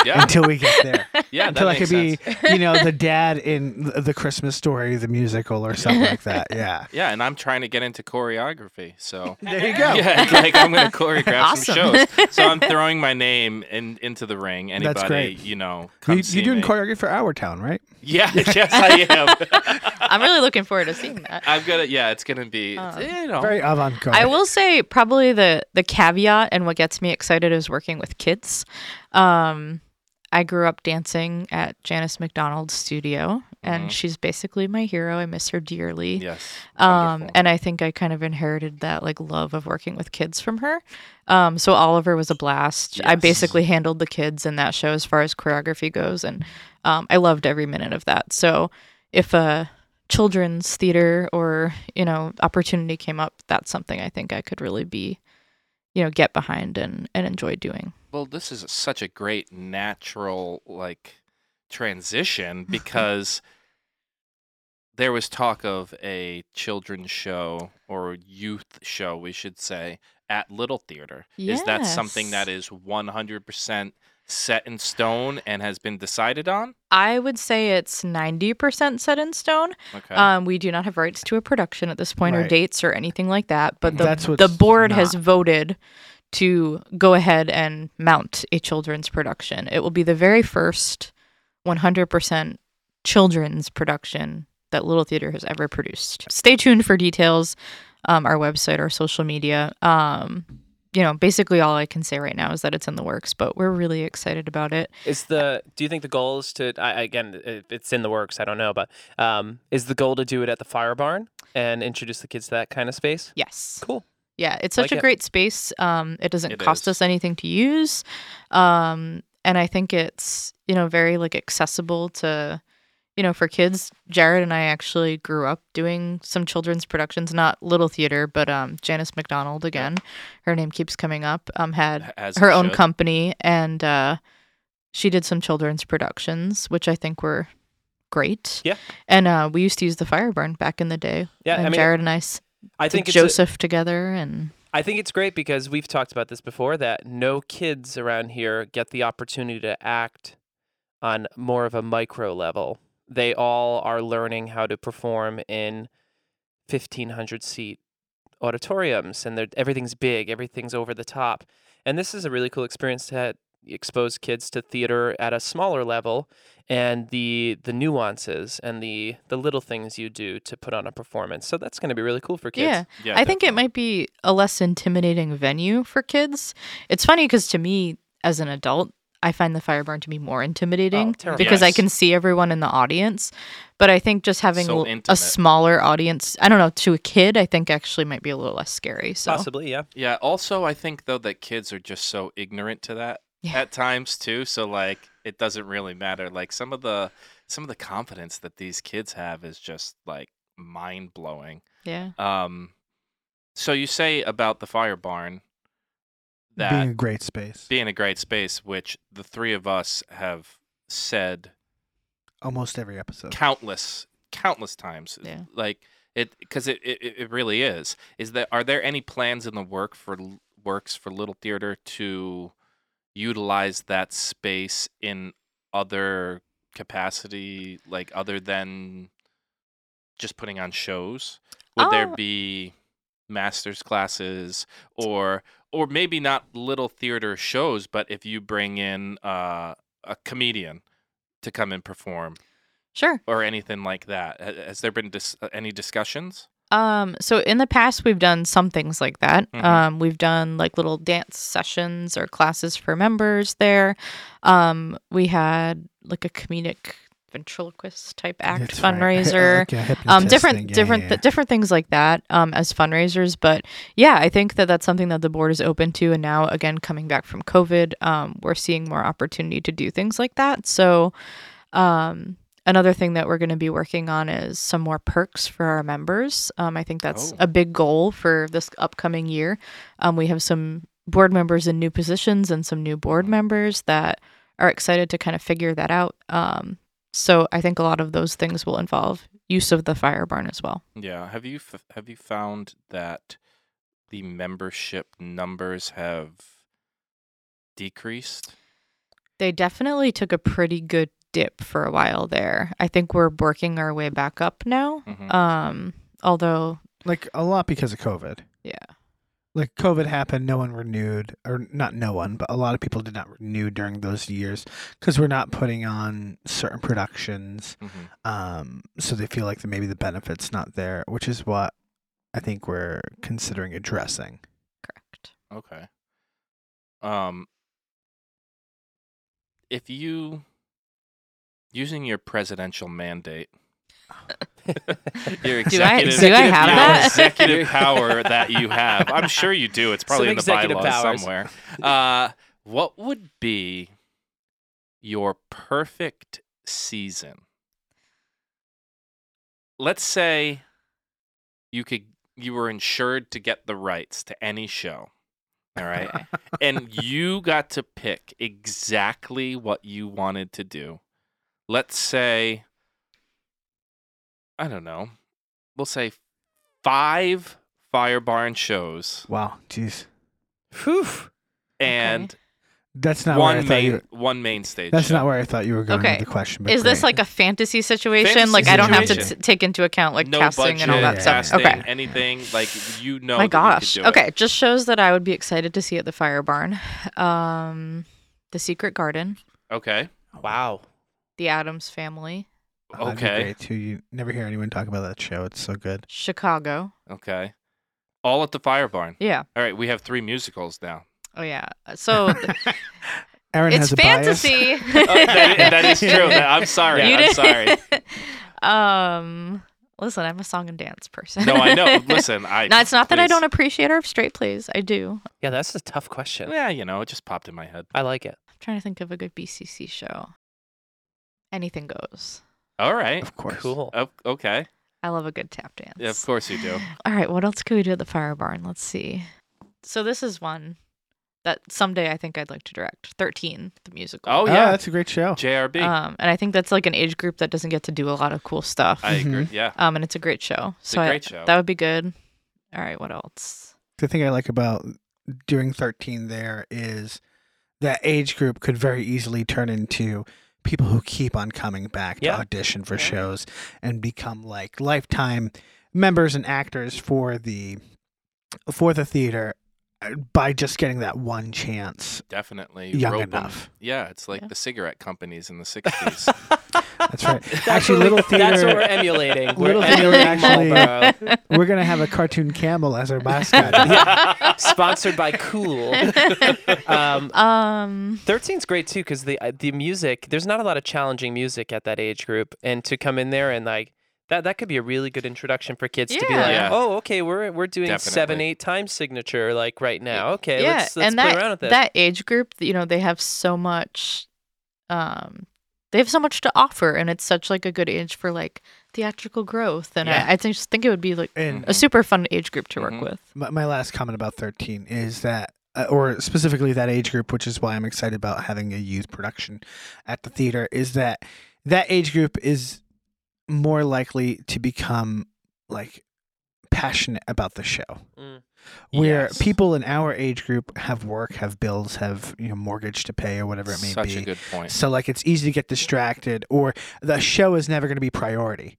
Speaker 1: Yeah,
Speaker 2: until we get there.
Speaker 1: [LAUGHS] yeah.
Speaker 2: until
Speaker 1: that
Speaker 2: I could
Speaker 1: makes sense.
Speaker 2: be, you know,
Speaker 1: [LAUGHS]
Speaker 2: the dad in th- the Christmas story, the musical, or something
Speaker 1: [LAUGHS]
Speaker 2: like that. Yeah.
Speaker 1: Yeah, and I'm trying to get into choreography,
Speaker 4: [LAUGHS]
Speaker 1: so
Speaker 2: There you go.
Speaker 1: [LAUGHS] yeah, it's like I'm going to choreograph some
Speaker 4: Awesome.
Speaker 1: shows. So
Speaker 4: [LAUGHS]
Speaker 1: I'm throwing my name in, into the ring. Anybody,
Speaker 2: great.
Speaker 1: you know, come
Speaker 2: You,
Speaker 1: see
Speaker 2: you're doing
Speaker 1: me.
Speaker 2: choreography for Our Town, right?
Speaker 1: Yeah, [LAUGHS] yes, I am.
Speaker 4: I'm really looking forward to seeing that.
Speaker 1: I'm gonna. Yeah, it's gonna be. it's-
Speaker 4: Um,
Speaker 1: you know,
Speaker 2: Very avant garde.
Speaker 4: I will say probably the the caveat and what gets me excited is working with kids. Um, I grew up dancing at Janice McDonald's studio, and
Speaker 1: Mhm.
Speaker 4: she's basically my hero. I miss her dearly.
Speaker 1: yes.
Speaker 4: Um,
Speaker 1: wonderful.
Speaker 4: and I think I kind of inherited that like love of working with kids from her. Um, so Oliver was a blast. I
Speaker 1: Yes.
Speaker 4: basically handled the kids in that show as far as choreography goes, and um, I loved every minute of that. So if a children's theater or you know opportunity came up, that's something I think I could really be, you know, get behind and and enjoy doing.
Speaker 1: Well, this is such a great natural like
Speaker 4: [LAUGHS]
Speaker 1: transition because there was talk of a children's show or youth show, we should say, at Little Theater. Is that something
Speaker 4: Yes.
Speaker 1: that is 100% set in stone and has been decided on?
Speaker 4: I would say it's ninety percent set in stone.
Speaker 1: Okay.
Speaker 4: Um, we do not have rights to a production at this point or
Speaker 2: Right.
Speaker 4: dates or anything like that. But the,
Speaker 2: That's what's
Speaker 4: the board has
Speaker 2: not-
Speaker 4: voted to go ahead and mount a children's production. It will be the very first 100% children's production that Little Theater has ever produced. Stay tuned for details, um, our website, our social media. Um, you know, basically all I can say right now is that it's in the works, but we're really excited about it.
Speaker 3: Is the do you think the goal is to I, I- again i- it's in the works I don't know but um, is the goal to do it at the fire barn and introduce the kids to that kind of space?
Speaker 4: Yes.
Speaker 3: Cool.
Speaker 4: Yeah, it's such
Speaker 3: Like
Speaker 4: a
Speaker 3: it.
Speaker 4: great space. Um, it doesn't
Speaker 1: It
Speaker 4: cost
Speaker 1: is.
Speaker 4: us anything to use, um, and I think it's you know very like accessible to, you know, for kids. Jared and I actually grew up doing some children's productions, not Little Theater, but um, Janice McDonald again. Her name keeps coming up. Um, had
Speaker 1: As
Speaker 4: her
Speaker 1: it
Speaker 4: own
Speaker 1: should.
Speaker 4: company, and uh, she did some children's productions, which I think were great.
Speaker 3: Yeah.
Speaker 4: and uh, we used to use the fire burn back in the day.
Speaker 3: Yeah,
Speaker 4: and
Speaker 3: I mean
Speaker 4: Jared and I s-
Speaker 3: I
Speaker 4: did
Speaker 3: think it's a-
Speaker 4: Joseph together and.
Speaker 3: I think it's great because we've talked about this before that no kids around here get the opportunity to act on more of a micro level. They all are learning how to perform in 1500 seat auditoriums and they're- everything's big, everything's over the top. And this is a really cool experience to ha- expose kids to theater at a smaller level and the the nuances and the the little things you do to put on a performance. So that's going to be really cool for kids.
Speaker 4: Yeah.
Speaker 1: Yeah,
Speaker 4: I think it
Speaker 1: definitely.
Speaker 4: might be a less intimidating venue for kids. It's funny because to me, as an adult, I find the fire barn to be more intimidating
Speaker 3: terrifying.
Speaker 4: because I
Speaker 1: Yes.
Speaker 4: can see everyone in the audience. But I think just having
Speaker 1: So
Speaker 4: l- a
Speaker 1: intimate.
Speaker 4: smaller audience, I don't know, to a kid, I think actually might be a little less scary. So
Speaker 3: Possibly, yeah.
Speaker 1: Yeah. Also, I think though that kids are just so ignorant to that
Speaker 4: Yeah.
Speaker 1: at times too. So like, it doesn't really matter. Like some of the some of the confidence that these kids have is just like mind blowing.
Speaker 4: yeah,
Speaker 1: Um, so you say about the fire barn that
Speaker 2: being a great space.
Speaker 1: being a great space, which the three of us have said
Speaker 2: Almost every episode.
Speaker 1: countless countless times
Speaker 4: Yeah.
Speaker 1: like it because it, it it really is is that are there any plans in the work for l- works for little theater to utilize that space in other capacity like other than just putting on shows would there
Speaker 4: Oh.
Speaker 1: be masters classes or or maybe not little theater shows but if you bring in uh, a comedian to come and perform
Speaker 4: sure.
Speaker 1: or anything like that. Ha- Has there been dis- uh, any discussions?
Speaker 4: Um, so in the past, we've done some things like that.
Speaker 2: Mm-hmm.
Speaker 1: Mhm.
Speaker 4: Um, we've done like little dance sessions or classes for members there. Um, we had like a comedic ventriloquist type act
Speaker 2: That's right. [LAUGHS]
Speaker 4: fundraiser.
Speaker 2: Like a
Speaker 4: um,
Speaker 2: hypnotist
Speaker 4: different,
Speaker 2: thing. Yeah,
Speaker 4: different,
Speaker 2: yeah,
Speaker 4: th- different things like that um, as fundraisers. But yeah, I think that that's something that the board is open to. And now, again, coming back from COVID, um, we're seeing more opportunity to do things like that. So um, another thing that we're going to be working on is some more perks for our members. Um, I think that's
Speaker 1: Oh.
Speaker 4: a big goal for this upcoming year. Um, we have some board members in new positions and some new board members that are excited to kind of figure that out. Um, so I think a lot of those things will involve use of the fire barn as well.
Speaker 1: Yeah. Have you f- have you found that the Uh, membership numbers have decreased?
Speaker 4: They definitely took a pretty good dip for a while there. I think we're working our way back up now.
Speaker 1: Mhm.
Speaker 4: Um, although
Speaker 2: Like a lot because of COVID.
Speaker 4: Yeah.
Speaker 2: Like COVID happened, no one renewed, or not no one, but a lot of people did not renew during those years because we're not putting on certain productions.
Speaker 1: Mhm.
Speaker 2: Um, so they feel like maybe the benefit's not there, which is what I think we're considering addressing.
Speaker 4: correct.
Speaker 1: Okay. Um if you using your presidential mandate, [LAUGHS]
Speaker 4: [LAUGHS]
Speaker 1: your
Speaker 4: Do I-
Speaker 1: executive
Speaker 4: do I have
Speaker 1: your
Speaker 4: that? [LAUGHS]
Speaker 1: executive power that you have. I'm sure you do. It's probably
Speaker 3: Some
Speaker 1: in the
Speaker 3: executive
Speaker 1: bylaws
Speaker 3: powers.
Speaker 1: somewhere. Uh what would be your perfect season? Let's say you could you were insured to get the rights to any show. All
Speaker 4: [LAUGHS]
Speaker 1: right
Speaker 4: Okay.
Speaker 1: and you got to pick exactly what you wanted to do. Let's say, I don't know, we'll say five Fire Barn shows
Speaker 2: Wow, jeez,
Speaker 3: Whew.
Speaker 1: and
Speaker 2: that's not where I
Speaker 1: one
Speaker 2: thought you.
Speaker 1: main
Speaker 2: Were,
Speaker 1: one main stage.
Speaker 2: that's
Speaker 1: show.
Speaker 2: not where I thought you were going
Speaker 4: Okay.
Speaker 2: with the question. But
Speaker 4: Is this
Speaker 2: great.
Speaker 4: like a fantasy situation?
Speaker 1: Fantasy
Speaker 4: like I don't have to t-
Speaker 1: situation.
Speaker 4: take into account like
Speaker 1: no
Speaker 4: casting
Speaker 1: budget,
Speaker 4: and all that
Speaker 2: Yeah.
Speaker 1: casting,
Speaker 4: stuff. Okay.
Speaker 1: anything like you know. that you
Speaker 4: My
Speaker 1: could
Speaker 4: gosh.
Speaker 1: do it.
Speaker 4: Okay, just shows that I would be excited to see at the Fire Barn. Um, the Secret Garden,
Speaker 1: Okay.
Speaker 3: Wow.
Speaker 4: The Adams Family,
Speaker 2: Oh, that'd be
Speaker 1: okay.
Speaker 2: great, too. You never hear anyone talk about that show. It's so good.
Speaker 4: Chicago.
Speaker 1: Okay. All at the Fire Barn.
Speaker 4: Yeah.
Speaker 1: All right, we have three musicals
Speaker 4: [LAUGHS]
Speaker 1: now.
Speaker 4: Oh yeah.
Speaker 1: [LAUGHS]
Speaker 4: So
Speaker 2: Aaron
Speaker 4: it's
Speaker 2: has a bias.
Speaker 4: fantasy. [LAUGHS]
Speaker 1: Oh, that- that is
Speaker 2: [LAUGHS]
Speaker 1: true. That- I'm sorry.
Speaker 4: You
Speaker 1: I'm
Speaker 4: [LAUGHS]
Speaker 1: sorry.
Speaker 4: did- um, listen, I'm a song and dance person.
Speaker 1: No, I
Speaker 4: [LAUGHS]
Speaker 1: know. Listen, I.
Speaker 4: no, it's not that I
Speaker 1: please.
Speaker 4: don't appreciate our straight plays. I do. I'm
Speaker 3: Yeah, that's a tough question.
Speaker 1: Yeah, you know, it just popped in my head.
Speaker 3: I like it.
Speaker 4: trying to think of a good BCC show. Anything goes.
Speaker 1: All right.
Speaker 2: of course.
Speaker 3: Cool.
Speaker 1: Oh, okay.
Speaker 4: I love a good tap dance.
Speaker 1: Yeah, of course you
Speaker 2: [LAUGHS]
Speaker 1: do.
Speaker 4: All right, what else could we do at the Fire Barn? Let's see. So this is one that someday I think I'd like to direct. Thirteen, the musical.
Speaker 1: Oh
Speaker 2: Oh,
Speaker 1: yeah,
Speaker 2: that's a great show.
Speaker 1: JRB.
Speaker 2: Uh,
Speaker 4: Um, and I think that's like an age group that doesn't get to do a lot of cool stuff.
Speaker 1: I
Speaker 2: mm-hmm.
Speaker 1: agree. Yeah,
Speaker 4: um, and it's a great show.
Speaker 1: it's
Speaker 4: so
Speaker 1: a
Speaker 4: I-
Speaker 1: great show.
Speaker 4: that would be good. All right,
Speaker 1: [LAUGHS]
Speaker 4: what else? [LAUGHS]
Speaker 2: the thing I like about doing 13 there is that age group could very easily turn into people who keep on coming back to
Speaker 3: Yeah.
Speaker 2: audition for
Speaker 3: Yeah.
Speaker 2: shows and become like lifetime members and actors for the for the theater uh, by just getting that one chance
Speaker 1: Definitely
Speaker 2: young
Speaker 1: rope 'em. [LAUGHS]
Speaker 2: enough.
Speaker 1: Yeah, it's like
Speaker 4: Yeah.
Speaker 1: the cigarette companies
Speaker 2: [LAUGHS]
Speaker 1: in the '60s.
Speaker 3: that's
Speaker 2: That's right. Actually, Little
Speaker 3: [LAUGHS] That's what
Speaker 2: Theater-
Speaker 3: we're emulating. We're
Speaker 2: Little Theater
Speaker 3: emulating
Speaker 2: actually-
Speaker 3: Marlboro.
Speaker 2: We're going to have a cartoon camel as our mascot.
Speaker 3: sponsored by Cool.
Speaker 2: [LAUGHS]
Speaker 3: Um,
Speaker 4: Um,
Speaker 3: 13's great too because the uh, the music there's not a lot of challenging music at that age group and to come in there and like that that could be a really good introduction for kids to be like
Speaker 1: Yeah. Yeah.
Speaker 3: oh okay we're we're doing seven
Speaker 1: Definitely.
Speaker 3: eight time signature like right now okay
Speaker 4: yeah,
Speaker 3: let's, let's
Speaker 4: and
Speaker 3: play
Speaker 4: that
Speaker 3: around with this
Speaker 4: that age group, you know, they have so much. Um, they have so much to offer, and it's such like a good age for like theatrical growth. And
Speaker 3: Yeah. Mm-hmm.
Speaker 4: I, I just think it would be like
Speaker 2: and
Speaker 4: a super fun age group to work
Speaker 1: Mhm.
Speaker 4: with.
Speaker 2: My, my last comment about 13 is that, uh, or specifically that age group, which is why I'm excited about having a youth production at the theater, is that that age group is more likely to become like passionate about the show
Speaker 3: Mm.
Speaker 2: where
Speaker 1: Yes.
Speaker 2: people in our age group have work have bills have you know mortgage to pay or whatever it may
Speaker 1: Such
Speaker 2: be
Speaker 1: a good point.
Speaker 2: so like it's easy to get distracted, or the show is never going to be priority.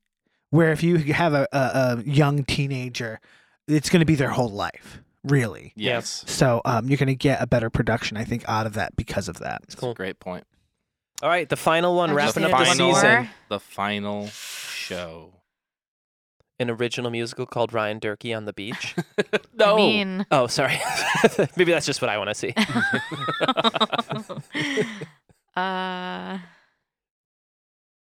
Speaker 2: Where if you have a, a, a young teenager, it's going to be their whole life, really.
Speaker 1: Yes,
Speaker 2: So um, you're going to get a better production, I think, out of that because of that.
Speaker 3: cool
Speaker 1: great point.
Speaker 3: all right the final one
Speaker 4: I just
Speaker 3: wrapping
Speaker 1: the
Speaker 3: up
Speaker 4: need
Speaker 3: the
Speaker 4: one more.
Speaker 3: season
Speaker 1: The final show.
Speaker 3: an original musical called Ryan Durkee on the
Speaker 4: [LAUGHS]
Speaker 3: beach
Speaker 4: I mean,
Speaker 3: [LAUGHS]
Speaker 4: [LAUGHS]
Speaker 3: oh sorry maybe that's just what I want to see
Speaker 4: uh,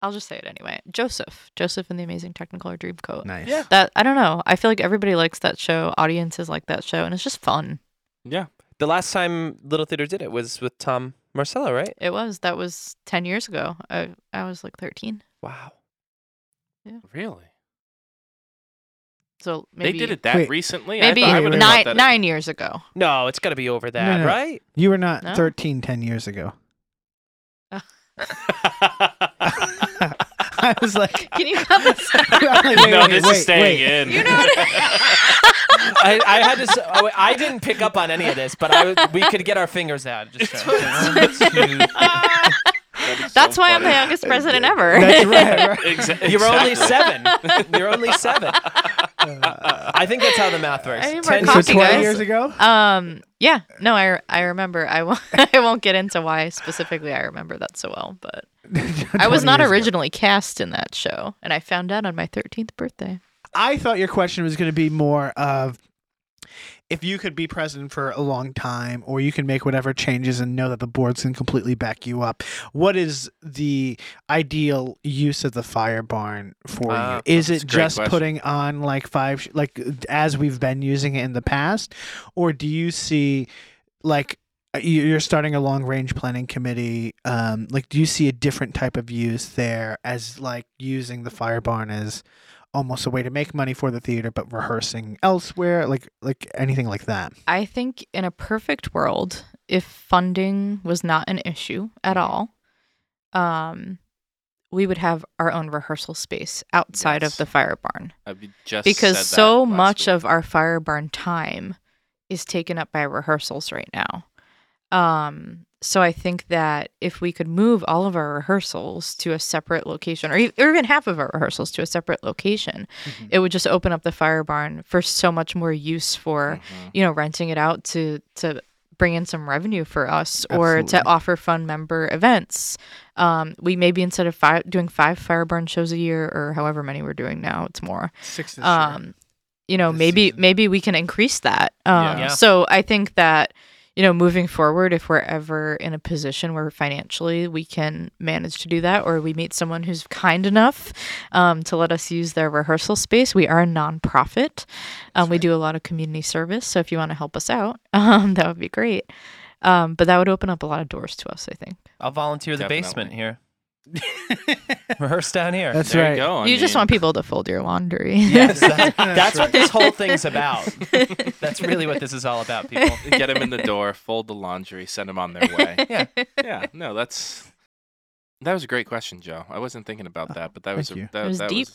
Speaker 4: I'll just say it anyway. Joseph, Joseph and the Amazing Technicolor Dreamcoat.
Speaker 2: Nice.
Speaker 1: Yeah.
Speaker 4: That I don't know. I feel like everybody likes that show. Audiences like that show, and it's just fun.
Speaker 1: yeah,
Speaker 3: the last time Little Theater did it was with Tom Marcello right
Speaker 4: It was that was ten years ago. I I was like thirteen,
Speaker 3: wow
Speaker 1: really.
Speaker 4: so maybe
Speaker 1: they did it that
Speaker 2: Wait.
Speaker 1: recently.
Speaker 4: Maybe
Speaker 1: I thought, I would've
Speaker 4: nine
Speaker 1: thought that
Speaker 4: nine
Speaker 1: [LAUGHS]
Speaker 4: years ago.
Speaker 3: no it's got to be over that
Speaker 2: no.
Speaker 3: right
Speaker 2: You were not
Speaker 4: No.
Speaker 2: 13 10 years
Speaker 4: [LAUGHS]
Speaker 2: ago. I was like,
Speaker 4: Can you cut this? out?
Speaker 2: I'm like, [LAUGHS] wait,
Speaker 1: no, [LAUGHS]
Speaker 2: wait,
Speaker 1: this
Speaker 2: [LAUGHS] wait,
Speaker 1: is staying
Speaker 2: wait.
Speaker 1: in.
Speaker 4: You know what?
Speaker 3: I, I had to. s- [LAUGHS] oh, wait, I didn't pick up on any of this, but I, was- we could get our fingers out. Just so-
Speaker 4: [LAUGHS] That's why I'm the youngest president ever.
Speaker 2: That's right. right.
Speaker 1: Exa-
Speaker 3: [LAUGHS]
Speaker 2: [LAUGHS]
Speaker 3: You're
Speaker 1: [LAUGHS]
Speaker 3: only
Speaker 1: exactly.
Speaker 3: seven.
Speaker 4: [LAUGHS]
Speaker 3: You're only seven. I think that's how the math works.
Speaker 4: I need
Speaker 3: Ten-
Speaker 4: more
Speaker 2: Uh, So
Speaker 4: Coffee,
Speaker 2: twenty
Speaker 4: guys.
Speaker 2: years ago.
Speaker 4: [LAUGHS]
Speaker 2: [LAUGHS]
Speaker 4: Um. Yeah. No. I I remember. I won't. [LAUGHS] I won't get into why specifically. I remember that so well, but I was
Speaker 2: 20
Speaker 4: not
Speaker 2: years ago.
Speaker 4: originally cast in that show, and I found out on my thirteenth birthday.
Speaker 2: I thought your question was going to be more of if you could be president for a long time or you can make whatever changes and know that the boards can completely back you up. What is the ideal use of the fire barn for
Speaker 3: Ah,
Speaker 2: you? Is it
Speaker 1: a great
Speaker 2: just
Speaker 1: question.
Speaker 2: putting on like five, sh- like as we've been using it in the past? Or do you see like you- you're starting a long range planning committee? Um, like, do you see a different type of use there as like using the fire barn as almost a way to make money for the theater but rehearsing elsewhere like like anything like that
Speaker 4: I think in a perfect world, if funding was not an issue at
Speaker 1: Mm-hmm.
Speaker 4: all, um, we would have our own rehearsal space outside
Speaker 1: Yes.
Speaker 4: of the fire barn
Speaker 1: [LAUGHS] I just
Speaker 4: because
Speaker 1: said that
Speaker 4: so
Speaker 1: last
Speaker 4: much
Speaker 1: week.
Speaker 4: of our fire barn time is taken up by rehearsals right now. Um, so I think that if we could move all of our rehearsals to a separate location, or, e- or even half of our rehearsals to a separate location,
Speaker 2: Mhm.
Speaker 4: it would just open up the fire barn for so much more use for
Speaker 1: Mhm.
Speaker 4: you know renting it out to to bring in some revenue for us or to
Speaker 2: Absolutely.
Speaker 4: offer fun member events um, we maybe instead of five doing five fireburn shows a year or however many we're doing now it's more
Speaker 2: six this
Speaker 4: um, you know
Speaker 2: This
Speaker 4: maybe
Speaker 2: season.
Speaker 4: maybe we can increase that um,
Speaker 1: Yeah.
Speaker 3: Yeah.
Speaker 4: so i think that you know moving forward if we're ever in a position where financially we can manage to do that or we meet someone who's kind enough um, to let us use their rehearsal space we are a nonprofit um, we do a lot of community service so if you want to help us out [LAUGHS] um, that would be great um, but that would open up a lot of doors to us i think
Speaker 3: I'll volunteer the
Speaker 1: Definitely.
Speaker 3: basement
Speaker 4: [LAUGHS]
Speaker 3: here. Rehearse down here.
Speaker 2: that's
Speaker 1: There
Speaker 2: right
Speaker 1: you go. I
Speaker 4: you just
Speaker 1: mean,
Speaker 4: want people to fold your laundry
Speaker 3: Yes, that's,
Speaker 2: That's
Speaker 3: that's what
Speaker 2: right.
Speaker 4: [LAUGHS]
Speaker 3: this whole thing's about. That's really what this is all about, people.
Speaker 1: get them in the door, fold the laundry, send them on their
Speaker 4: [LAUGHS]
Speaker 1: way.
Speaker 3: Yeah.
Speaker 1: yeah, no, that's that was a great question, Joe. I wasn't thinking about that, but that was a,
Speaker 2: thank you.
Speaker 1: that,
Speaker 4: it was
Speaker 1: that
Speaker 4: deep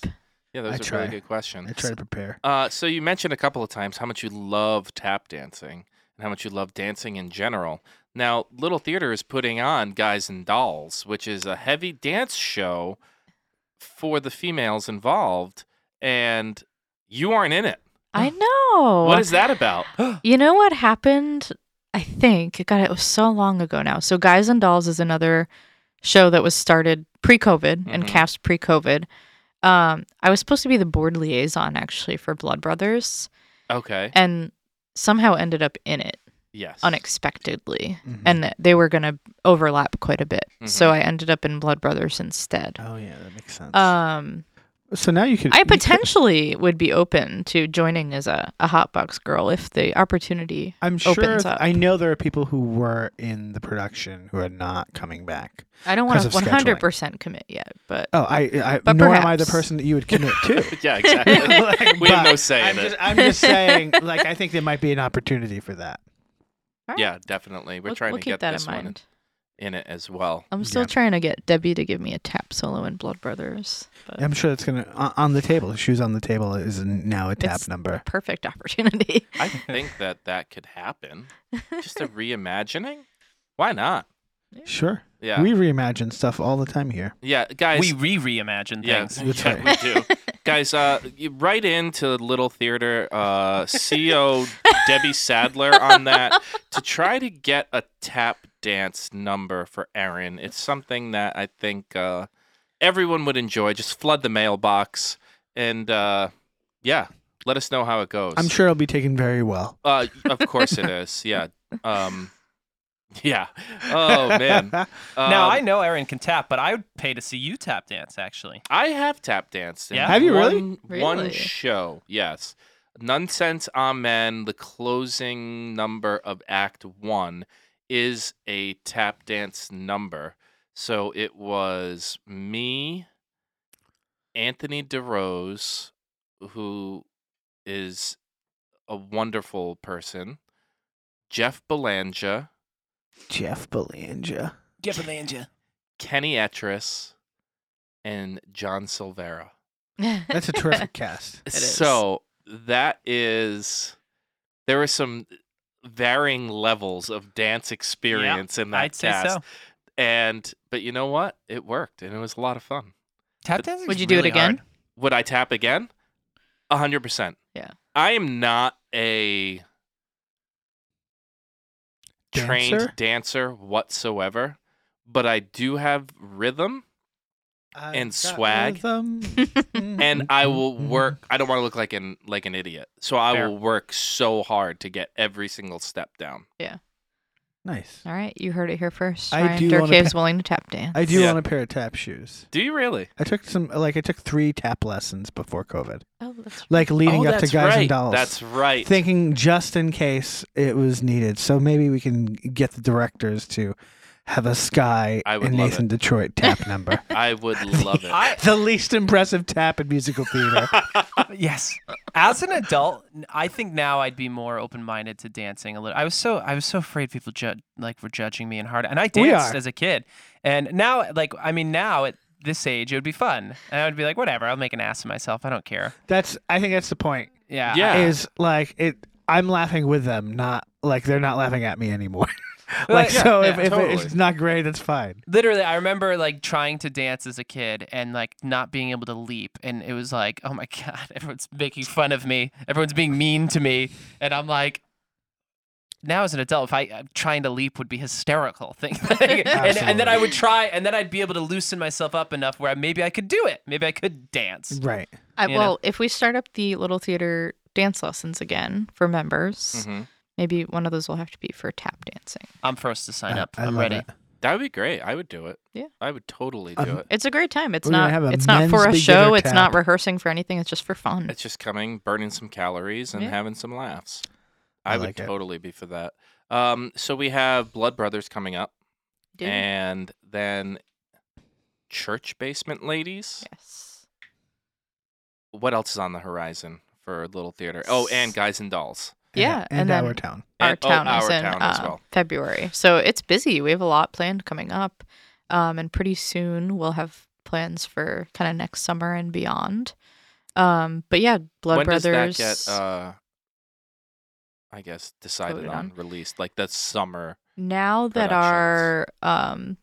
Speaker 1: yeah, that
Speaker 2: I
Speaker 1: was a
Speaker 2: try.
Speaker 1: really good question.
Speaker 2: i try to prepare
Speaker 1: Uh, so you mentioned a couple of times how much you love tap dancing and how much you love dancing in general. Now, Little Theater is putting on Guys and Dolls, which is a heavy dance show for the females involved, and you aren't in it.
Speaker 4: Oh, i know
Speaker 1: What is that about?
Speaker 4: You know what happened? I think God, it was so long ago now. So, Guys and Dolls is another show that was started pre-COVID and
Speaker 1: Mhm.
Speaker 4: cast pre-COVID. Um, I was supposed to be the board liaison actually for Blood Brothers,
Speaker 1: Okay.
Speaker 4: and somehow ended up in it
Speaker 1: Yes.
Speaker 4: unexpectedly,
Speaker 1: Mm-hmm.
Speaker 2: Mhm.
Speaker 4: and they were going to overlap quite a bit. So
Speaker 1: Mhm.
Speaker 4: I ended up in Blood Brothers instead.
Speaker 2: oh yeah that makes sense
Speaker 4: Um,
Speaker 2: so now you could
Speaker 4: I
Speaker 2: you could-
Speaker 4: potentially would be open to joining as a, a hotbox girl if the opportunity
Speaker 2: i'm sure
Speaker 4: opens up.
Speaker 2: i know there are people who were in the production who are not coming back
Speaker 4: I don't want to
Speaker 2: 'Cause of
Speaker 4: 100% commit yet, but
Speaker 2: oh i i
Speaker 4: But
Speaker 2: nor am i the
Speaker 4: perhaps.
Speaker 2: person that you would
Speaker 4: [LAUGHS]
Speaker 2: commit to
Speaker 1: Yeah,
Speaker 2: [LAUGHS]
Speaker 1: exactly. [LAUGHS]
Speaker 2: Like,
Speaker 1: we have no
Speaker 2: but
Speaker 1: say
Speaker 2: I'm
Speaker 1: in
Speaker 2: just,
Speaker 1: it. [LAUGHS]
Speaker 2: I'm just saying like i think there might be an opportunity for that
Speaker 1: Yeah, definitely. We're
Speaker 4: we'll,
Speaker 1: trying
Speaker 4: we'll
Speaker 1: to
Speaker 4: keep
Speaker 1: get
Speaker 4: that
Speaker 1: this
Speaker 4: in
Speaker 1: one
Speaker 4: mind.
Speaker 1: in- in it as well.
Speaker 4: I'm still
Speaker 2: Yeah.
Speaker 4: trying to get Debbie to give me a tap solo in Blood Brothers. But
Speaker 2: i'm sure it's gonna on, on the table shoes on the table is now a tap
Speaker 4: It's-
Speaker 2: number
Speaker 4: perfect opportunity. [LAUGHS]
Speaker 1: I think that that could happen. Just a reimagining? Why not?
Speaker 2: sure
Speaker 1: Yeah.
Speaker 2: we reimagine stuff all the time here
Speaker 1: yeah, guys.
Speaker 3: We re reimagine
Speaker 1: yeah,
Speaker 3: things.
Speaker 1: [LAUGHS]
Speaker 2: That's
Speaker 1: yeah, we
Speaker 2: right.
Speaker 4: [LAUGHS]
Speaker 1: do. guys, uh, you write into Little Theater uh,
Speaker 4: [LAUGHS]
Speaker 1: CEO Debbie Sadler on that to try to get a tap dance number for Aaron. It's something that I think uh, everyone would enjoy. Just flood the mailbox and uh, yeah, let us know how it goes.
Speaker 2: i'm sure it'll be taken very well
Speaker 1: Uh, of course it is. Yeah. Um, [LAUGHS] yeah. Oh man.
Speaker 3: now
Speaker 1: Um,
Speaker 3: I know Aaron can tap, but I would pay to see you tap dance. Actually,
Speaker 1: I have tap danced. in
Speaker 3: Yeah?
Speaker 2: Have you really?
Speaker 1: one- One
Speaker 4: Really?
Speaker 1: show, yes. Nonsense Amen, the closing number of Act One, is a tap dance number. So it was me, Anthony DeRose, who is a wonderful person, Jeff Belanja,
Speaker 2: [LAUGHS] Jeff Belanja.
Speaker 3: get Belangia.
Speaker 1: Kenny Etris, and John Silvera.
Speaker 4: [LAUGHS]
Speaker 2: That's a terrific cast.
Speaker 4: It is.
Speaker 1: So that is there were some varying levels of dance experience in that
Speaker 3: I'd say
Speaker 1: cast.
Speaker 3: so.
Speaker 1: And but you know what? It worked and it was a lot of fun.
Speaker 3: Tap dancing.
Speaker 4: Would you do it again?
Speaker 1: Would I tap again? A hundred percent.
Speaker 4: Yeah.
Speaker 1: I am not a
Speaker 2: Dancer?
Speaker 1: trained dancer whatsoever, but I do have rhythm. And swag.
Speaker 4: [LAUGHS]
Speaker 1: and I will
Speaker 2: Mm-hmm.
Speaker 1: work. I don't want to look like an like an idiot, so I
Speaker 3: Fair.
Speaker 1: will work so hard to get every single step down.
Speaker 2: Nice.
Speaker 4: All right, you heard it here first.
Speaker 2: I
Speaker 4: Ryan
Speaker 2: do wanna
Speaker 4: Durkave's
Speaker 2: pa-
Speaker 4: willing to tap dance.
Speaker 2: I do
Speaker 1: Yeah.
Speaker 2: own a pair of tap shoes.
Speaker 1: Do you really?
Speaker 2: I took some, like, I took three tap lessons before COVID,
Speaker 4: Oh, that's
Speaker 2: like leading
Speaker 1: Oh,
Speaker 2: up to
Speaker 1: that's
Speaker 2: Guys
Speaker 1: right.
Speaker 2: and Dolls.
Speaker 1: That's right.
Speaker 2: thinking just in case it was needed. So maybe we can get the directors to have a Sky
Speaker 1: I would
Speaker 2: and
Speaker 1: love
Speaker 2: Nathan
Speaker 1: it.
Speaker 2: Detroit tap number.
Speaker 1: [LAUGHS] I
Speaker 2: [LAUGHS]
Speaker 1: would love it.
Speaker 2: the least impressive tap in musical
Speaker 1: [LAUGHS]
Speaker 2: theater.
Speaker 3: Uh, Yes. As an adult, n- I think now I'd be more open-minded to dancing a little. I was so I was so afraid people ju- like were judging me and hard. And I
Speaker 2: We
Speaker 3: danced
Speaker 2: are.
Speaker 3: as a kid. And now like I mean now at this age it would be fun. And I would be like whatever, I'll make an ass of myself. I don't care.
Speaker 2: that's I think that's the point.
Speaker 3: Yeah.
Speaker 1: Yeah.
Speaker 2: Is like it I'm laughing with them, not like they're not laughing at me anymore. [LAUGHS] like
Speaker 3: Well, yeah,
Speaker 2: so if,
Speaker 3: yeah,
Speaker 2: if
Speaker 1: totally.
Speaker 2: it's not great, that's fine.
Speaker 3: Literally, I remember like trying to dance as a kid and like not being able to leap, and it was like, oh my [LAUGHS] god, everyone's making fun of me, everyone's being mean to me, and I'm like, now as an adult, if I uh, trying to leap would be hysterical [LAUGHS] thing, and, and then I would try, and then I'd be able to loosen myself up enough where maybe I could do it, maybe I could dance.
Speaker 2: Right.
Speaker 4: I,
Speaker 3: you know.
Speaker 4: well, if we start up the little theater dance lessons again for members,
Speaker 1: Mhm.
Speaker 4: maybe one of those will have to be for tap dancing.
Speaker 3: I'm first to sign
Speaker 2: I-
Speaker 3: up.
Speaker 2: I
Speaker 3: I'm
Speaker 2: love
Speaker 3: ready.
Speaker 2: it.
Speaker 1: That would be great. I would do it.
Speaker 4: Yeah.
Speaker 1: I would totally do
Speaker 2: Um,
Speaker 1: it.
Speaker 4: It's a great time. It's
Speaker 2: We're gonna
Speaker 4: not.
Speaker 2: have a
Speaker 4: it's not for a
Speaker 2: men's
Speaker 4: show.
Speaker 2: beginner
Speaker 4: It's not
Speaker 2: tap.
Speaker 4: rehearsing for anything. It's just for fun.
Speaker 1: It's just coming, burning some calories, and
Speaker 4: Yeah.
Speaker 1: having some laughs.
Speaker 2: I
Speaker 1: I,
Speaker 2: like
Speaker 1: would
Speaker 2: it.
Speaker 1: totally be for that. Um, so we have Blood Brothers coming up,
Speaker 4: Dude.
Speaker 1: and then Church Basement Ladies.
Speaker 4: yes.
Speaker 1: What else is on the horizon for Little Theater? Oh, and Guys and Dolls.
Speaker 4: Yeah,
Speaker 2: And,
Speaker 4: and then-
Speaker 2: our town.
Speaker 4: Our
Speaker 1: And- oh,
Speaker 4: town is
Speaker 1: Our
Speaker 4: in
Speaker 1: Town as
Speaker 4: uh,
Speaker 1: well.
Speaker 4: February, so it's busy. We have a lot planned coming up, um, and pretty soon we'll have plans for kind of next summer and beyond. Um, but yeah, Blood
Speaker 1: when
Speaker 4: Brothers.
Speaker 1: does that get? Uh, I guess decided
Speaker 4: Voted
Speaker 1: on,
Speaker 4: on?
Speaker 1: released like that summer.
Speaker 4: now that our um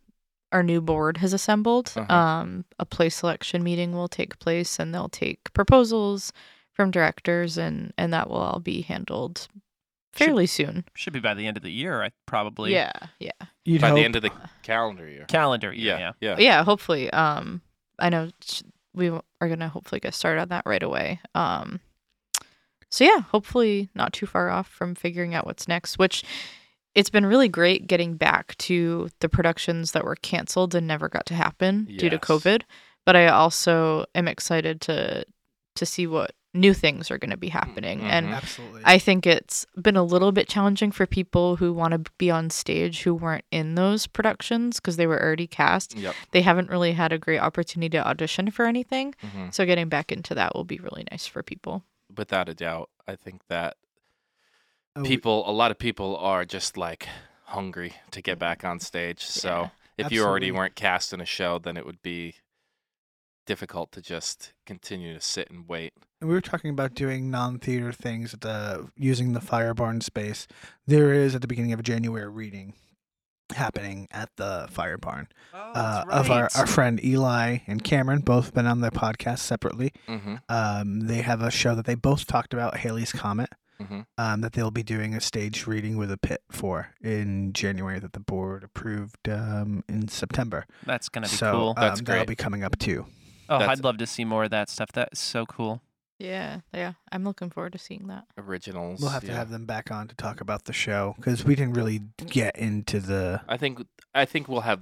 Speaker 4: our new board has assembled
Speaker 1: Uh-huh.
Speaker 4: um a play selection meeting will take place and they'll take proposals from directors and and that will all be handled
Speaker 3: Should-
Speaker 4: fairly soon
Speaker 3: Should be by the end of the year, I probably.
Speaker 4: yeah yeah
Speaker 2: You'd
Speaker 1: by
Speaker 2: hope.
Speaker 1: the end of the calendar year.
Speaker 3: Calendar year.
Speaker 1: Yeah,
Speaker 3: Yeah.
Speaker 1: yeah.
Speaker 4: yeah hopefully um i know sh- we w- are gonna hopefully get started on that right away um so yeah hopefully not too far off from figuring out what's next which it's been really great getting back to the productions that were canceled and never got to happen due to
Speaker 1: Yes.
Speaker 4: covid but i also am excited to to see what new things are going to be happening and
Speaker 1: mhm.
Speaker 2: Absolutely.
Speaker 4: I think it's been a little bit challenging for people who want to be on stage who weren't in those productions because they were already cast.
Speaker 1: Yep.
Speaker 4: They haven't really had a great opportunity to audition for anything.
Speaker 1: hmm
Speaker 4: So getting back into that will be really nice for people.
Speaker 1: Without a doubt, I think that
Speaker 2: Oh, we-
Speaker 1: people, a lot of people are just like hungry to get back on stage. So if you
Speaker 2: Absolutely.
Speaker 1: already weren't cast in a show, then it would be difficult to just continue to sit and wait.
Speaker 2: And we were talking about doing non-theater things at the using the Firebarn space. There is at the beginning of January a reading happening at the Firebarn
Speaker 4: Oh,
Speaker 2: uh, of our, our friend Eli and Cameron, both been on the podcast separately.
Speaker 1: Mm-hmm.
Speaker 2: Um, they have a show that they both talked about, Haley's Comet,
Speaker 1: Mhm.
Speaker 2: um, that they'll be doing a stage reading with a pit for in January that the board approved um, in September.
Speaker 3: That's gonna be
Speaker 2: so
Speaker 3: cool.
Speaker 1: That's
Speaker 2: um, that'll
Speaker 1: great.
Speaker 2: be coming up too.
Speaker 3: Oh,
Speaker 1: that's-
Speaker 3: I'd love to see more of that stuff. That's so cool.
Speaker 4: Yeah, yeah. I'm looking forward to seeing that.
Speaker 1: Originals.
Speaker 2: We'll have to
Speaker 1: yeah.
Speaker 2: have them back on to talk about the show because we didn't really get into the
Speaker 1: I think I think we'll have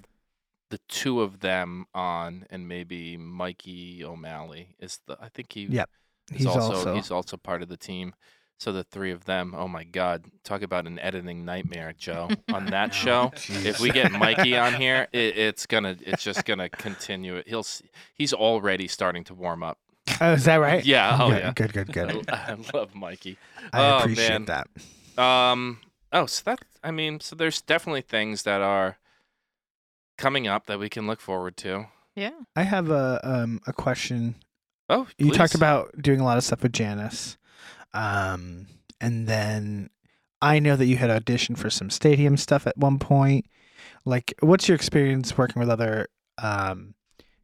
Speaker 1: the two of them on, and maybe Mikey O'Malley is the. I think he.
Speaker 2: Yep.
Speaker 1: is
Speaker 2: He's also,
Speaker 1: he's also part of the team. So the three of them. Oh my God! Talk about an editing nightmare, Joe.
Speaker 2: [LAUGHS]
Speaker 1: On that [LAUGHS] show, if we get Mikey on here, it, it's gonna. It's just gonna continue. it. He'll. s- He's already starting to warm up.
Speaker 2: oh, is that right?
Speaker 1: Yeah. Oh
Speaker 2: good,
Speaker 1: yeah.
Speaker 2: Good,
Speaker 1: [LAUGHS]
Speaker 2: good, good.
Speaker 1: I, I love Mikey.
Speaker 2: I
Speaker 1: Oh,
Speaker 2: appreciate
Speaker 1: man.
Speaker 2: that.
Speaker 1: Um. Oh, so that I mean, so there's definitely things that are coming up that we can look forward to.
Speaker 4: Yeah.
Speaker 2: I have a um a question.
Speaker 1: Oh,
Speaker 2: You talked
Speaker 1: please.
Speaker 2: about doing a lot of stuff with Janice, um, and then I know that you had auditioned for some stadium stuff at one point. Like, what's your experience working with other um,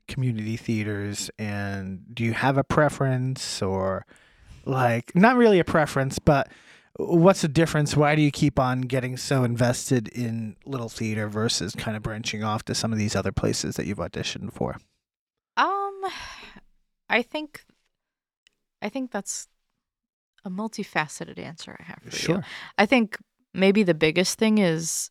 Speaker 2: community theaters, and do you have a preference or like not really a preference, but what's the difference? Why do you keep on getting so invested in little theater versus kind of branching off to some of these other places that you've auditioned for?
Speaker 4: Um, I think, I think that's a multifaceted answer I have for you. I think maybe the biggest thing is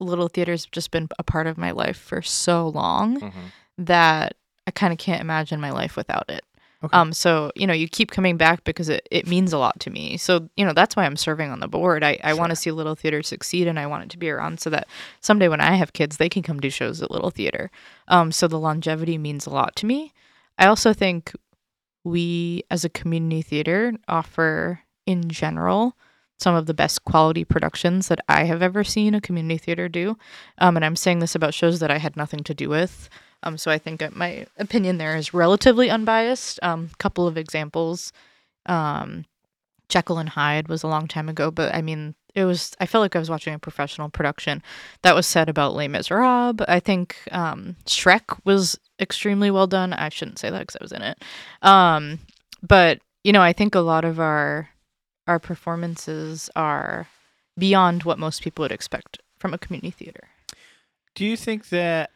Speaker 4: little theater's just been a part of my life for so long
Speaker 1: Mhm.
Speaker 4: that I kind of can't imagine my life without it.
Speaker 2: Okay.
Speaker 4: Um, so you know, you keep coming back because it, it means a lot to me. So you know, that's why I'm serving on the board. I, I want to see Little Theater succeed, and I want it to be around so that someday when I have kids, they can come do shows at Little Theater. Um, so the longevity means a lot to me. I also think we, as a community theater, offer in general some of the best quality productions that I have ever seen a community theater do. Um, and I'm saying this about shows that I had nothing to do with. Um, so I think that my opinion there is relatively unbiased. Um, couple of examples, um, Jekyll and Hyde was a long time ago, but I mean, it was. I felt like I was watching a professional production. That was said about Les Miserables. I think um, Shrek was extremely well done. I shouldn't say that because I was in it. Um, but you know, I think a lot of our our performances are beyond what most people would expect from a community theater.
Speaker 2: Do you think that?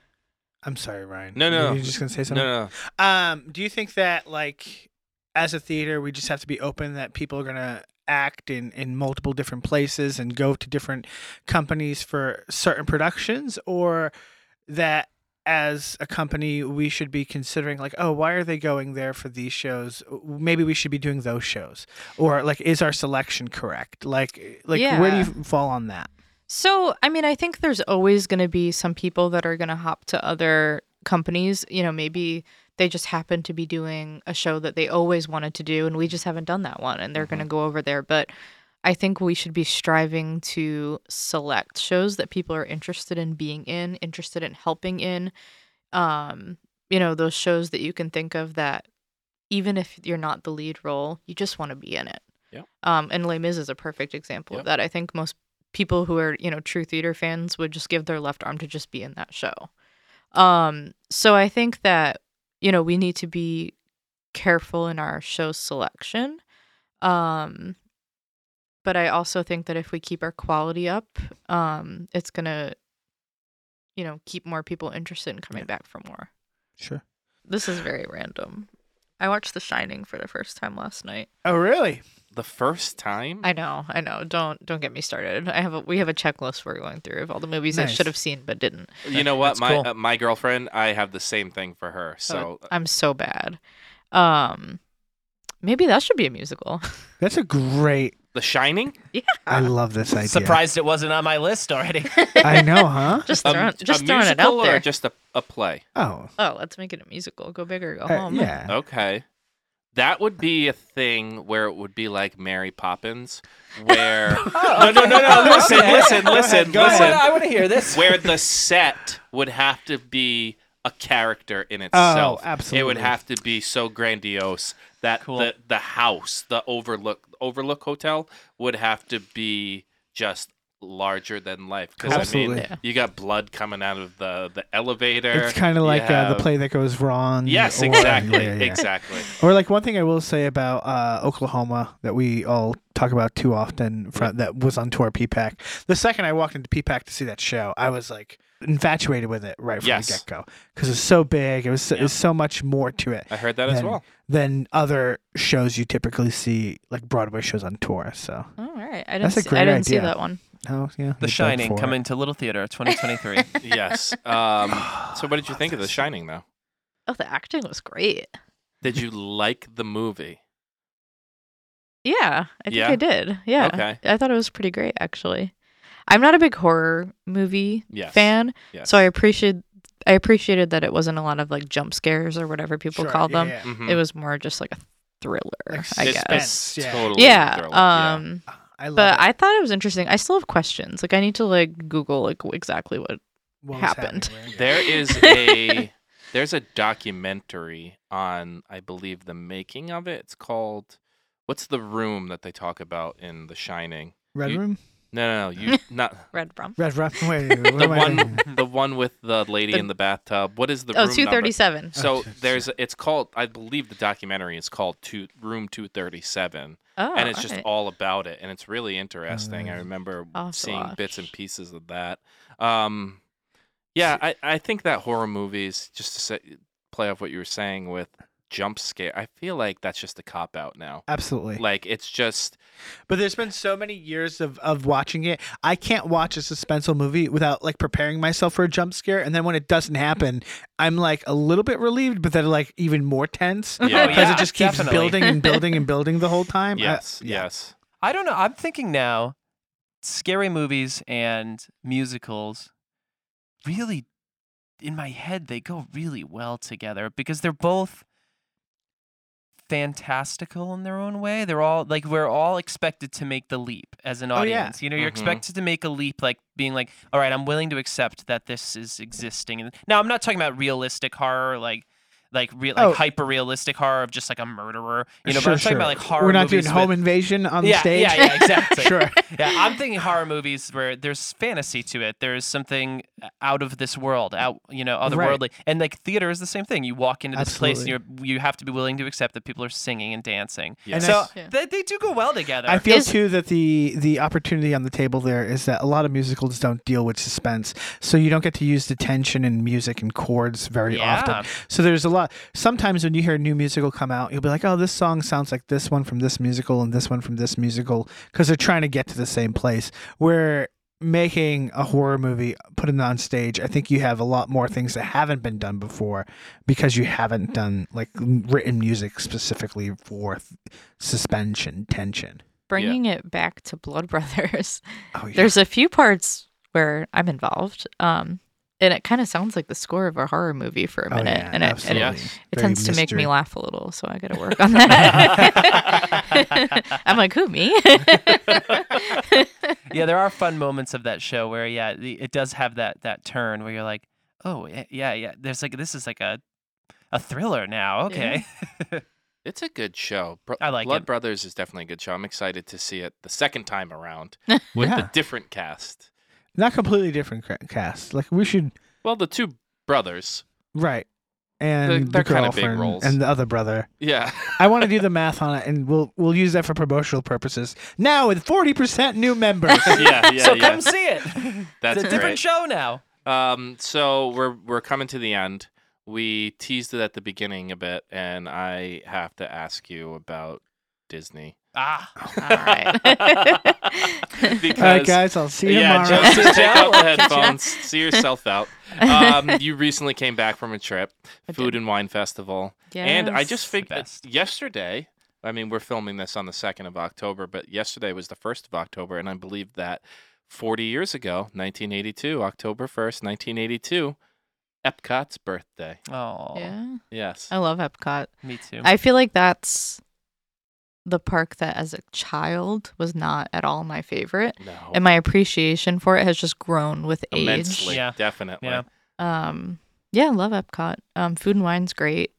Speaker 2: I'm sorry, Ryan.
Speaker 1: No, no.
Speaker 2: Were you just gonna say
Speaker 1: No,
Speaker 2: something?
Speaker 1: no, no.
Speaker 2: Um, do you think that like as a theater we just have to be open that people are gonna act in, in multiple different places and go to different companies for certain productions or that as a company we should be considering like oh why are they going there for these shows maybe we should be doing those shows or like is our selection correct like like where do you
Speaker 4: Yeah.
Speaker 2: f- fall on that
Speaker 4: So, I mean, I think there's always going to be some people that are going to hop to other companies. You know, maybe they just happen to be doing a show that they always wanted to do, and we just haven't done that one, and they're going
Speaker 1: Mm-hmm.
Speaker 4: to go over there. But I think we should be striving to select shows that people are interested in being in, interested in helping in. Um, you know, those shows that you can think of that even if you're not the lead role, you just want to be in it.
Speaker 1: Yep.
Speaker 4: Um, and Les Mis is a perfect example
Speaker 1: Yep.
Speaker 4: of that. I think most people who are you know true theater fans would just give their left arm to just be in that show um so i think that you know we need to be careful in our show selection um but i also think that if we keep our quality up um it's gonna you know keep more people interested in coming back for more
Speaker 2: sure
Speaker 4: this is very random i watched the shining for the first time last night
Speaker 2: oh really
Speaker 1: The first time?
Speaker 4: I know, I know. Don't don't get me started. I have a we have a checklist we're going through of all the movies I
Speaker 2: Nice.
Speaker 4: should have seen but didn't.
Speaker 1: you know what?
Speaker 2: That's
Speaker 1: My
Speaker 2: cool.
Speaker 1: uh, my girlfriend, I have the same thing for her. So
Speaker 4: I'm so bad. Um, maybe that should be a musical. [LAUGHS]
Speaker 2: that's a great
Speaker 1: The Shining?
Speaker 2: i love this idea
Speaker 3: Surprised it wasn't on my
Speaker 1: [LAUGHS]
Speaker 3: list already.
Speaker 2: i know huh
Speaker 4: just
Speaker 1: Um,
Speaker 4: throwing, just
Speaker 1: a
Speaker 4: throwing it
Speaker 1: musical
Speaker 4: out there.
Speaker 1: Or just a, a play?
Speaker 2: oh
Speaker 4: oh, let's make it a musical. Go big or
Speaker 1: Oh,
Speaker 4: go
Speaker 2: uh,
Speaker 4: home.
Speaker 2: yeah
Speaker 1: Okay. That would be a thing where it would be like Mary Poppins,
Speaker 2: [LAUGHS]
Speaker 1: where Oh, no,
Speaker 3: [LAUGHS]
Speaker 1: no, no, no. Listen,
Speaker 3: Okay.
Speaker 1: listen,
Speaker 2: Go
Speaker 1: listen,
Speaker 2: ahead, go
Speaker 1: listen.
Speaker 2: ahead.
Speaker 3: I want to hear this.
Speaker 1: [LAUGHS] Where the set would have to be a character in itself. It would
Speaker 2: Oh, absolutely.
Speaker 1: have to be so grandiose that
Speaker 3: Cool.
Speaker 1: the the house, the Overlook Overlook Hotel, would have to be just larger than life. Because I mean,
Speaker 2: Absolutely.
Speaker 4: Yeah.
Speaker 1: you got blood coming out of the the elevator.
Speaker 2: It's kind of like uh,
Speaker 1: Yeah.
Speaker 2: the play that goes wrong.
Speaker 1: Yes,
Speaker 2: or-
Speaker 1: exactly,
Speaker 2: yeah, yeah.
Speaker 1: exactly.
Speaker 2: Or like one thing I will say about uh, Oklahoma that we all talk about too often from, that was on tour PPAC. The second I walked into PPAC to see that show, I was like infatuated with it right from
Speaker 1: Yes.
Speaker 2: the get go because it's so big. It was so, it was so much more to it
Speaker 1: I heard that as
Speaker 2: Then-
Speaker 1: well.
Speaker 2: than other shows you typically see, like Broadway shows on tour. So,
Speaker 4: All right. I didn't.
Speaker 2: That's a
Speaker 4: see, I
Speaker 2: great
Speaker 4: didn't see
Speaker 2: idea.
Speaker 4: that one.
Speaker 2: oh yeah,
Speaker 3: The
Speaker 2: we
Speaker 3: Shining
Speaker 2: dug for
Speaker 3: [SIGHS]
Speaker 2: it.
Speaker 3: coming to Little Theater 2023.
Speaker 1: Yes. Um, so, what did you think of The Shining, though?
Speaker 4: Oh, the acting was great.
Speaker 1: Did you like the movie?
Speaker 4: Yeah, I think
Speaker 1: Yeah?
Speaker 4: I did. Yeah.
Speaker 1: Okay.
Speaker 4: I thought it was pretty great actually. I'm not a big horror movie
Speaker 1: Yes.
Speaker 4: fan,
Speaker 1: Yes.
Speaker 4: so I appreciate I appreciated that it wasn't a lot of like jump scares or whatever people
Speaker 2: Sure,
Speaker 4: call
Speaker 2: yeah,
Speaker 4: them.
Speaker 2: yeah.
Speaker 1: Mhm.
Speaker 4: It was more just like a thriller,
Speaker 2: Like
Speaker 4: I
Speaker 1: It's-
Speaker 4: guess.
Speaker 1: it's
Speaker 2: Yeah.
Speaker 1: Totally
Speaker 4: yeah.
Speaker 1: thriller,
Speaker 4: Um
Speaker 3: Mm.
Speaker 2: I love
Speaker 4: but
Speaker 2: it.
Speaker 4: I thought it was interesting. I still have questions. Like I need to like Google like exactly what.
Speaker 2: What was
Speaker 4: happened.
Speaker 2: happening there.
Speaker 1: There
Speaker 4: [LAUGHS]
Speaker 1: is a there's a documentary on I believe the making of it. It's called What's the room that they talk about in The Shining?
Speaker 2: Red
Speaker 1: You-
Speaker 2: Room?
Speaker 1: No, no, no.
Speaker 4: [LAUGHS]
Speaker 1: You not
Speaker 4: Red Brum.
Speaker 2: Red [LAUGHS] Room. Wait, what
Speaker 1: the
Speaker 2: am I
Speaker 1: one
Speaker 2: thinking?
Speaker 1: the one with the lady
Speaker 4: The-
Speaker 1: in the bathtub. What is the
Speaker 4: Oh,
Speaker 1: room number? [LAUGHS]
Speaker 4: 237.
Speaker 1: So
Speaker 2: Oh, geez.
Speaker 1: there's it's called I believe the documentary is called two, Room 237
Speaker 4: Oh,
Speaker 1: and it's just
Speaker 4: alright.
Speaker 1: all about it and it's really interesting. I
Speaker 2: nice.
Speaker 1: remember
Speaker 4: I'll have to
Speaker 1: seeing bits and
Speaker 4: watch.
Speaker 1: pieces of that. Um yeah, I, I think that horror movies just to say, play off what you were saying with jump scare. I feel like that's just a cop out now.
Speaker 2: Absolutely.
Speaker 1: Like it's just
Speaker 2: But there's been so many years of, of watching it. I can't watch a suspenseful movie without like preparing myself for a jump scare. And then when it doesn't happen, I'm like a little bit relieved, but then like even more tense
Speaker 1: Yeah.
Speaker 2: because
Speaker 3: [LAUGHS] yeah,
Speaker 2: it just keeps
Speaker 3: definitely.
Speaker 2: building
Speaker 3: [LAUGHS]
Speaker 2: and building and building the whole time. I-
Speaker 1: yes,
Speaker 2: yeah.
Speaker 1: yes.
Speaker 3: I don't know. I'm thinking now, scary movies and musicals really, in my head, they go really well together because they're both fantastical in their own way. They're all like, we're all expected to make the leap as an
Speaker 2: Oh, yeah.
Speaker 3: audience. You know, you're
Speaker 1: Mhm.
Speaker 3: expected to make a leap, like being like, all right, I'm willing to accept that this is existing. And Now, I'm not talking about realistic horror, like, like real, like
Speaker 2: Oh.
Speaker 3: hyper realistic horror of just like a murderer, you know. but
Speaker 2: Sure,
Speaker 3: I'm talking
Speaker 2: sure.
Speaker 3: about like horror.
Speaker 2: We're not doing
Speaker 3: movies with-
Speaker 2: home invasion on the
Speaker 3: yeah,
Speaker 2: stage. [LAUGHS]
Speaker 3: Yeah, yeah, exactly.
Speaker 2: sure.
Speaker 3: Yeah, I'm thinking horror movies where there's fantasy to it. There's something out of this world, out you know, otherworldly. And like theater is the same thing. You walk into this place and you're you have to be willing to accept that people are singing and dancing.
Speaker 1: yes.
Speaker 3: so
Speaker 4: Yeah.
Speaker 3: they, they do go well together.
Speaker 2: I feel
Speaker 4: Is-
Speaker 2: too that the the opportunity on the table there is that a lot of musicals don't deal with suspense, so you don't get to use the tension and music and chords very
Speaker 3: Yeah.
Speaker 2: often. So there's a lot. Sometimes when you hear a new musical come out, you'll be like, "Oh, this song sounds like this one from this musical and this one from this musical," because they're trying to get to the same place. Where making a horror movie, putting it on stage, I think you have a lot more things that haven't been done before because you haven't done like written music specifically for th- suspension tension.
Speaker 4: Bringing it back to Blood [LAUGHS] Brothers.
Speaker 2: Oh, yeah.
Speaker 4: There's a few parts where I'm involved. Um and it kind of sounds like the score of a horror movie for a
Speaker 2: Oh,
Speaker 4: minute,
Speaker 2: yeah,
Speaker 4: and it, and
Speaker 2: absolutely.
Speaker 4: it,
Speaker 1: Yes.
Speaker 4: it
Speaker 2: Very
Speaker 4: tends to make me
Speaker 2: mystery.
Speaker 4: laugh a little, so I got to work
Speaker 2: [LAUGHS]
Speaker 4: on that. [LAUGHS] I'm like, who me?
Speaker 3: yeah, there are fun moments of that show where yeah, the, it does have that that turn where you're like, oh yeah, yeah, yeah. There's like this is like a a thriller now. Okay.
Speaker 1: It's a good show. Bro-
Speaker 3: I like
Speaker 1: Blood
Speaker 3: it.
Speaker 1: Brothers is definitely a good show. I'm excited to see it the second time around with
Speaker 2: Yeah.
Speaker 1: a different cast.
Speaker 2: not completely different ca- cast. Like we should
Speaker 1: Well, the two brothers.
Speaker 2: right and
Speaker 1: they're
Speaker 2: the
Speaker 1: kinda big
Speaker 2: girlfriend
Speaker 1: roles.
Speaker 2: and the other brother.
Speaker 1: Yeah. [LAUGHS]
Speaker 2: I want to do the math on it, and we'll we'll use that for promotional purposes. Now with forty percent
Speaker 1: [LAUGHS]
Speaker 2: new members.
Speaker 1: yeah, yeah,
Speaker 3: so
Speaker 1: yeah.
Speaker 3: [LAUGHS] come see it. it's
Speaker 1: That's
Speaker 3: a different
Speaker 1: great.
Speaker 3: show now.
Speaker 1: Um, so we're we're coming to the end. We teased it at the beginning a bit, and I have to ask you about Disney.
Speaker 3: Ah.
Speaker 4: All right.
Speaker 1: [LAUGHS] because
Speaker 2: All right, guys, I'll see you
Speaker 1: yeah,
Speaker 2: tomorrow.
Speaker 1: just take
Speaker 3: Ciao.
Speaker 1: out the headphones, see yourself out. Um, you recently came back from a trip,
Speaker 4: I
Speaker 1: food
Speaker 4: did.
Speaker 1: and wine festival. [LAUGHS] And I
Speaker 4: Yes.
Speaker 1: just
Speaker 3: The
Speaker 1: figured
Speaker 3: best.
Speaker 1: yesterday, I mean, we're filming this on the 2nd of October, but yesterday was the 1st of October. And I believe that 40 years ago, 1982, October 1st, 1982, Epcot's birthday.
Speaker 3: Oh.
Speaker 4: yeah,
Speaker 1: Yes.
Speaker 4: I love Epcot.
Speaker 3: Me too.
Speaker 4: I feel like that's the park that as a child was not at all my favorite.
Speaker 1: No.
Speaker 4: And my appreciation for it has just grown with age.
Speaker 1: Immensely.
Speaker 3: Yeah.
Speaker 1: Definitely.
Speaker 3: Yeah.
Speaker 4: Um yeah, love Epcot. Um food and wine's great.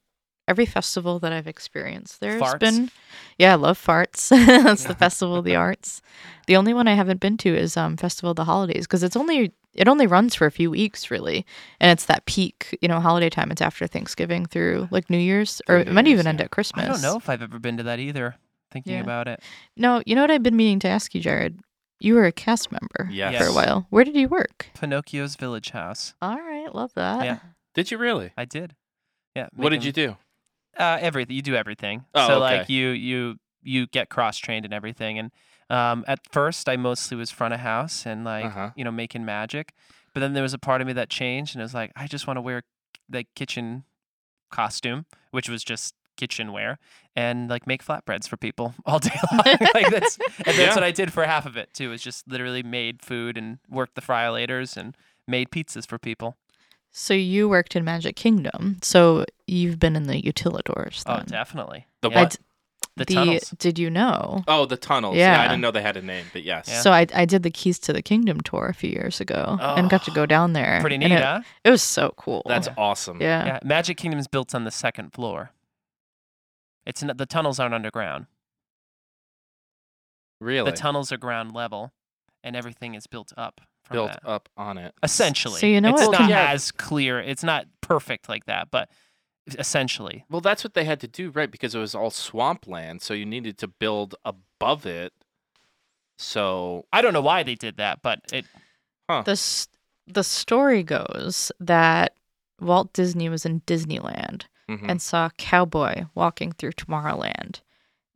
Speaker 4: Every festival that I've experienced there's
Speaker 3: Farts.
Speaker 4: been Yeah, I love farts. [LAUGHS] that's the Festival of the Arts. The only one I haven't been to is um Festival of the Holidays because it's only it only runs for a few weeks really. And it's that peak, you know, holiday time. It's after Thanksgiving through like New Year's or
Speaker 1: Through
Speaker 4: it
Speaker 1: New
Speaker 4: might
Speaker 1: Year's,
Speaker 4: even end
Speaker 1: yeah.
Speaker 4: at Christmas.
Speaker 3: I don't know if I've ever been to that either. Thinking
Speaker 4: Yeah.
Speaker 3: about it,
Speaker 4: No, you know what I've been meaning to ask you, Jared? You were a cast member
Speaker 1: Yes.
Speaker 4: for a while. Where did you work?
Speaker 3: Pinocchio's Village House.
Speaker 4: All right, love that.
Speaker 3: Yeah.
Speaker 1: Did you really?
Speaker 3: I did. Yeah.
Speaker 1: What did you do?
Speaker 3: do? Uh, everything. You do everything.
Speaker 1: Oh,
Speaker 3: so
Speaker 1: okay.
Speaker 3: like you you you get cross trained and everything. And um, at first, I mostly was front of house and like
Speaker 1: Uh-huh.
Speaker 3: you know making magic. But then there was a part of me that changed and it was like, I just want to wear the kitchen costume, which was just kitchenware, and like make flatbreads for people [LAUGHS] all day long. like that's and that's
Speaker 1: Yeah.
Speaker 3: what I did for half of it too. Is just literally made food and worked the friolators and made pizzas for people.
Speaker 4: So you worked in Magic Kingdom. So you've been in the utilidors.
Speaker 3: Oh,
Speaker 4: Then.
Speaker 3: definitely.
Speaker 1: The
Speaker 3: yeah.
Speaker 1: what?
Speaker 4: d-
Speaker 3: The tunnels.
Speaker 4: Did you know?
Speaker 1: Oh, the tunnels. Yeah. I
Speaker 4: Yeah.
Speaker 1: didn't know they had a name, but yes.
Speaker 3: Yeah.
Speaker 4: So I, I did the Keys to the Kingdom tour a few years ago and got to
Speaker 3: Oh,
Speaker 4: go down there.
Speaker 3: Pretty
Speaker 4: and
Speaker 3: neat,
Speaker 4: it,
Speaker 3: huh?
Speaker 4: it was so cool.
Speaker 1: That's awesome.
Speaker 4: yeah.
Speaker 3: Yeah. Magic Kingdom's built on the second floor. It's not, the tunnels aren't underground.
Speaker 1: Really?
Speaker 3: The tunnels are ground level, and everything is built up. From
Speaker 1: built
Speaker 3: that.
Speaker 1: up on it.
Speaker 3: essentially.
Speaker 4: So you know
Speaker 3: it's
Speaker 4: what
Speaker 3: not
Speaker 4: can-
Speaker 3: as clear. It's not perfect like that, but essentially,
Speaker 1: Well, that's what they had to do, right? Because it was all swampland, so you needed to build above it. So
Speaker 3: I don't know why they did that, but it
Speaker 4: the s- the story goes that Walt Disney was in Disneyland
Speaker 1: mhm.
Speaker 4: and saw a cowboy walking through Tomorrowland,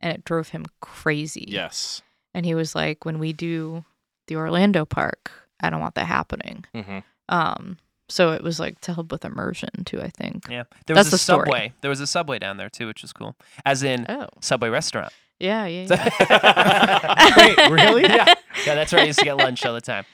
Speaker 4: and it drove him crazy.
Speaker 1: yes,
Speaker 4: and he was like, "When we do the Orlando park, I don't want that happening." [LAUGHS]
Speaker 1: hmm
Speaker 4: Um, so it was like to help with immersion too. I think.
Speaker 3: yeah, there
Speaker 4: That's
Speaker 3: was a
Speaker 4: the story.
Speaker 3: subway. There was a subway down there too, which was cool. As in
Speaker 4: Oh,
Speaker 3: Subway
Speaker 4: [LAUGHS]
Speaker 3: restaurant. [LAUGHS]
Speaker 4: yeah, yeah. yeah.
Speaker 3: yeah,
Speaker 2: Wait, really?
Speaker 3: yeah, that's where I used to get lunch all the time.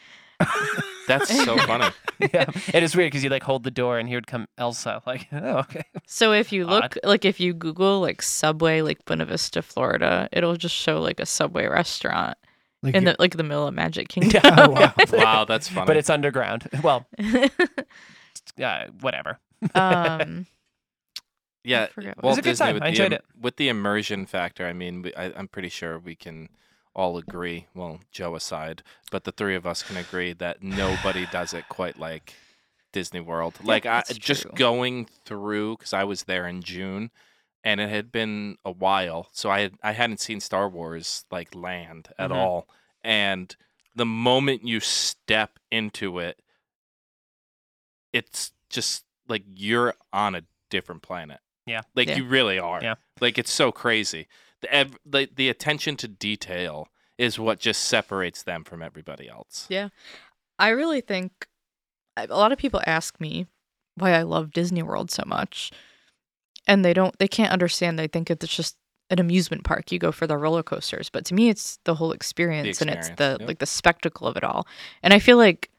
Speaker 3: [LAUGHS]
Speaker 1: that's so funny.
Speaker 4: [LAUGHS]
Speaker 3: Yeah, it is weird because you like hold the door and here would come Elsa. Like, oh, okay.
Speaker 4: So if you look,
Speaker 3: Odd.
Speaker 4: like if you Google like Subway, like Buena Vista, Florida, it'll just show like a Subway restaurant
Speaker 2: [LAUGHS] Like
Speaker 4: in
Speaker 2: you-
Speaker 4: the like the middle of Magic [LAUGHS] Kingdom.
Speaker 3: [LAUGHS] Yeah,
Speaker 2: Oh, wow.
Speaker 1: Wow, that's funny.
Speaker 3: but it's underground. [LAUGHS] Well, uh, whatever.
Speaker 4: [LAUGHS] um,
Speaker 1: yeah,
Speaker 4: forgot what-
Speaker 1: Walt
Speaker 3: a good
Speaker 1: Disney
Speaker 3: time.
Speaker 1: With
Speaker 3: I
Speaker 1: the,
Speaker 3: enjoyed
Speaker 1: im-
Speaker 3: it.
Speaker 1: with the immersion factor. I mean, we, I, I'm pretty sure we can all agree. Well, Joe aside, but the three of us can agree that nobody does it quite like Disney World. Like I
Speaker 4: that's
Speaker 1: just
Speaker 4: true.
Speaker 1: going through because I was there in June, and it had been a while, so I had, I hadn't seen Star Wars like land at
Speaker 3: Mhm.
Speaker 1: all. And the moment you step into it, it's just like you're on a different planet.
Speaker 3: Yeah.
Speaker 1: like
Speaker 4: Yeah.
Speaker 1: you really are.
Speaker 3: Yeah.
Speaker 1: like it's so crazy. The ev- the, the attention to detail is what just separates them from everybody else.
Speaker 4: Yeah. I really think I- a lot of people ask me why I love Disney World so much, and they don't they can't understand. They think it's just an amusement park. You go for the roller coasters, but to me, it's the whole experience, and it's
Speaker 1: experience,
Speaker 4: the
Speaker 1: yep.
Speaker 4: like the spectacle of it all. And I feel like